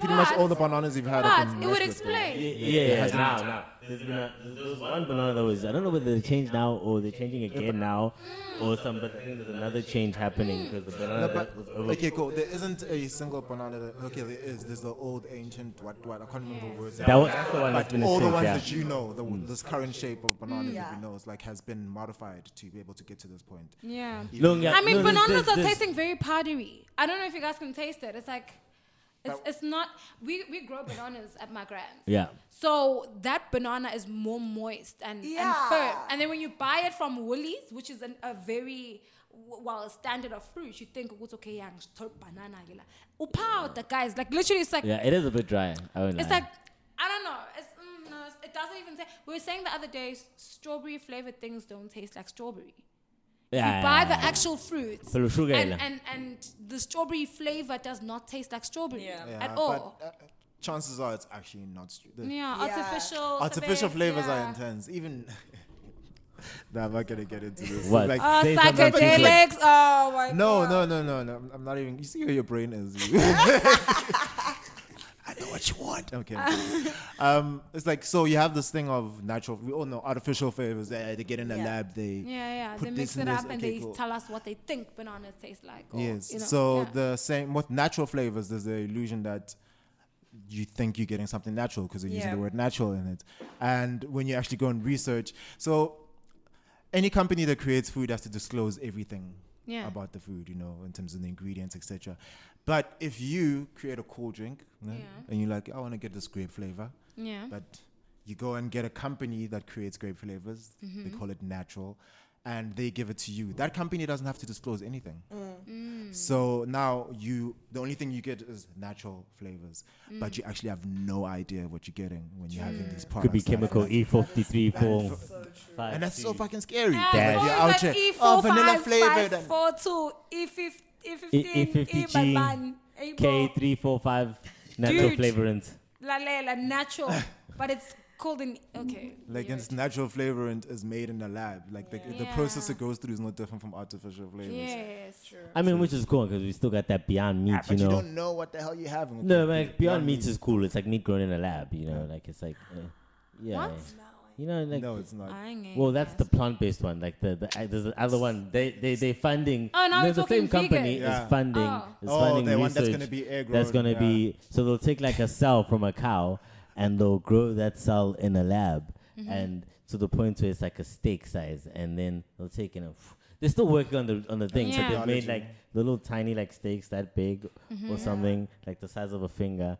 But pretty much But- all the bananas you've had. up But in it would Nashville. Yeah, explain. yeah, it has now, now. There's been a, there was one banana that was, I don't know whether they changed now or they're changing again now or some, but I think there's another change happening because the banana No, that was but, over. okay, cool. There isn't a single banana. That, okay, there is. There's the old ancient what what I can't remember words. That was that's the one that's But been all the extinct, ones yeah. Hmm. that you know, the, this current shape of banana Yeah. that we know, is like has been modified to be able to get to this point. Yeah. Long- yeah, I mean, no, no, bananas this- are this- tasting very powdery. I don't know if you guys can taste it. It's like, it's, it's not. We, we grow bananas at my grams. Yeah. So that banana is more moist and, Yeah. and firm. And then when you buy it from Woolies, which is an, a very w- well standard of fruit, you think it's okay, yang sto- banana. you're like, Upow, the guys like literally, it's like Yeah, it is a bit dry. I won't it's lie. like I don't know. It's, mm, no, it's- it doesn't even say. We were saying the other day, s- strawberry flavored things don't taste like strawberry. yeah, you buy yeah, the yeah. actual fruit, Full of sugar, and, yeah. and and the strawberry flavor does not taste like strawberry Yeah. Yeah, at but, all. uh, chances are it's actually not. str- the yeah, Yeah. artificial. Artificial sabe- flavors yeah. are intense. Even. nah, I'm not gonna get into this. What? Like, Uh, Say something stupid. psychedelics. Oh my no, god. no, no, no, no. I'm- I'm not even. You see where your brain is. I know what you want. Okay. um, it's like so you have this thing of natural. We all know artificial flavors. eh, they get in a Yeah. lab. They Yeah, yeah. put They this mix in it this, up and okay, they cool. tell us what they think bananas taste like. Or, Yes. You know, so yeah. the same with natural flavors, there's the illusion that you think you're getting something natural because they're using Yeah. the word natural in it. And when you actually go and research, so any company that creates food has to disclose everything Yeah. about the food, you know, in terms of the ingredients, etc. But if you create a cool drink you know, Yeah. and you're like, I want to get this grape flavor, yeah. but you go and get a company that creates grape flavors. They Mm-hmm. call it natural, and they give it to you. That company doesn't have to disclose anything. Mm. Mm. So now you, the only thing you get is natural flavors, Mm. but you actually have no idea what you're getting when you're having these products. Could be that are chemical natural. E fifty three four So true. five. and that's so two. fucking scary. Yeah, E Dad. it's You're out always here, like E4, oh, vanilla vanilla flavored and- E- E50G, K three four five natural Dude. flavorants. Lalela, natural, but it's called in. Okay. Like you're it's natural flavorant is made in a lab. Like the, the Yeah. process it goes through is no different from artificial right. flavors. Yes. I mean, which is cool because we still got that Beyond Meat, Ah, but you you, know. don't know what the hell you're having. No, man, Beyond, Meat is cool. It's like meat grown in a lab, you know. Like it's like, uh, yeah, What? you know, like no, it's not. I ain't Well, that's the guess. plant-based one. Like the, the uh, there's the other one. They they they funding. Oh, now no, we're the talking same company vegan. Yeah. is funding. Oh. Is Oh, funding the research one that's gonna be air That's grown, gonna be so they'll take like a cell from a cow and they'll grow that cell in a lab Mm-hmm. and to the point where it's like a steak size and then they'll take it. and They're still working on the on the thing. So Yeah. Mm-hmm. they've made Technology. like little tiny like steaks that big or something like the size of a finger,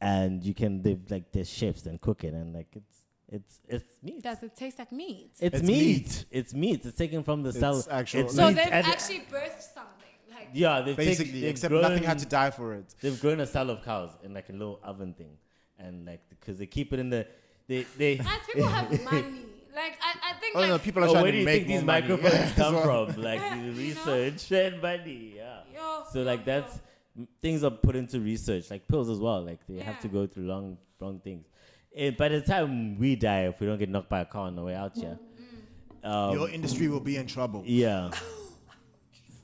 and you can they've like their shifts and cook it and like it's it's it's meat. Does it taste like meat? It's, It's meat. meat. It's meat. It's taken from the cell. actual- It's So meat. they've And- actually birthed something. Like, yeah, they've take- basically, they've except grown, nothing had to die for it. They've grown a cell of cows in like a little oven thing, and like because they keep it in the they they. guys, people have money. Like, I, I think. Oh like, no, people are Oh, trying where to do you make think these more money. microphones come So- from? Like Yeah, the you know? research and money. Yeah. Yo, So yo, like yo. that's m- things are put into research, like pills as well. Like they have to Yeah. go through long, long things. And by the time we die, if we don't get knocked by a car on the way out here, Mm-hmm. um, Your industry will be in trouble. Yeah.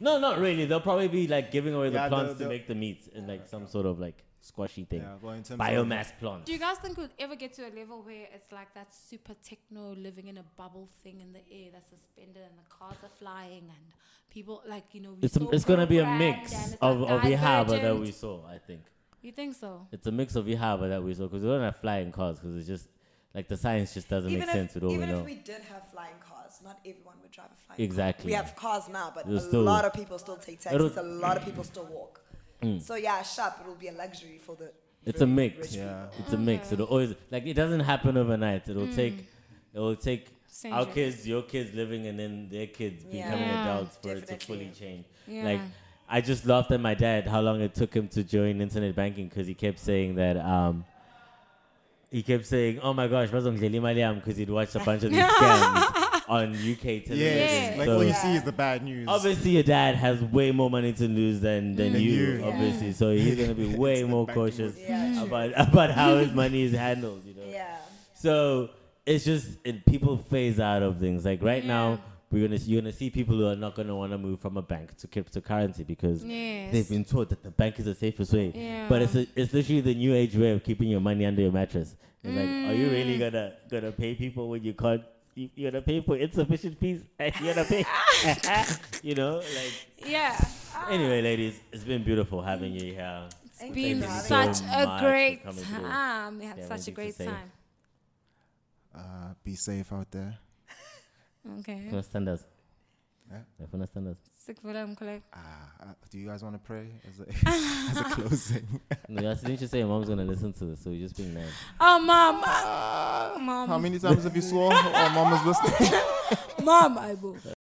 no, not really. They'll probably be like giving away the Yeah, plants they'll- to make the meat in like some sort of like squashy thing. Yeah, well, in terms of- Biomass plant. Do you guys think we'll ever get to a level where it's like that super techno living in a bubble thing in the air that's suspended and the cars are flying and people like you know we It's, so it's gonna be a programmed mix and it's of, like of Ihaba that divergent. we saw, I think. You think so? It's a mix of Ihaba that we saw because we don't have flying cars because it's just like the science just doesn't Even make if, sense with all we even know. if we did have flying cars, not everyone would drive a flying car. Exactly. We have cars now, but There's a still- lot of people still take taxis. It'll- Mm. A lot of people still walk. So yeah, sharp. It will be a luxury for the. It's a very mix. rich Yeah. It's a mix. It'll always like it doesn't happen overnight. It'll take it'll take our Centuries. kids, your kids living and then their kids Yeah. becoming Yeah. adults for it to Definitely. fully change. Yeah. Like I just laughed at my dad how long it took him to join internet banking because he kept saying that um he kept saying, "Oh my gosh, because he'd watched a bunch of these scams on UK television. Yes. Yeah. Like So- all you see is the bad news. Mm. Obviously, your dad has way more money to lose than than Than you, you. obviously. So he's gonna be way the more banking cautious world. Yeah, true. about about how his money is handled. You know. Yeah. So it's just it, people phase out of things. Like right now, we're gonna you're gonna see people who are not gonna want to move from a bank to cryptocurrency because Yes. they've been taught that the bank is the safest way. Yeah. But it's a, it's literally the new age way of keeping your money under your mattress. It's like, are you really Mm. gonna gonna pay people when you can't? You, you're gonna pay for insufficient fees. and You're gonna pay. you know, like yeah. anyway, ladies, it's been beautiful having you here. It's Thank been you for having such me. a Thank you so great much for coming through. time. We had Yeah, we such a need to great say- time. Uh, be safe out there. Okay. Wanna stand us? Yeah. Wanna stand us? Sick for them, Khaled. Uh, uh, do you guys want to pray as a, as a closing? No, that's didn't you say your mom's gonna listen to this? So you're just being nice. Oh, mom, mom, How many times have you swore? Oh, mama's listening. mom, I will.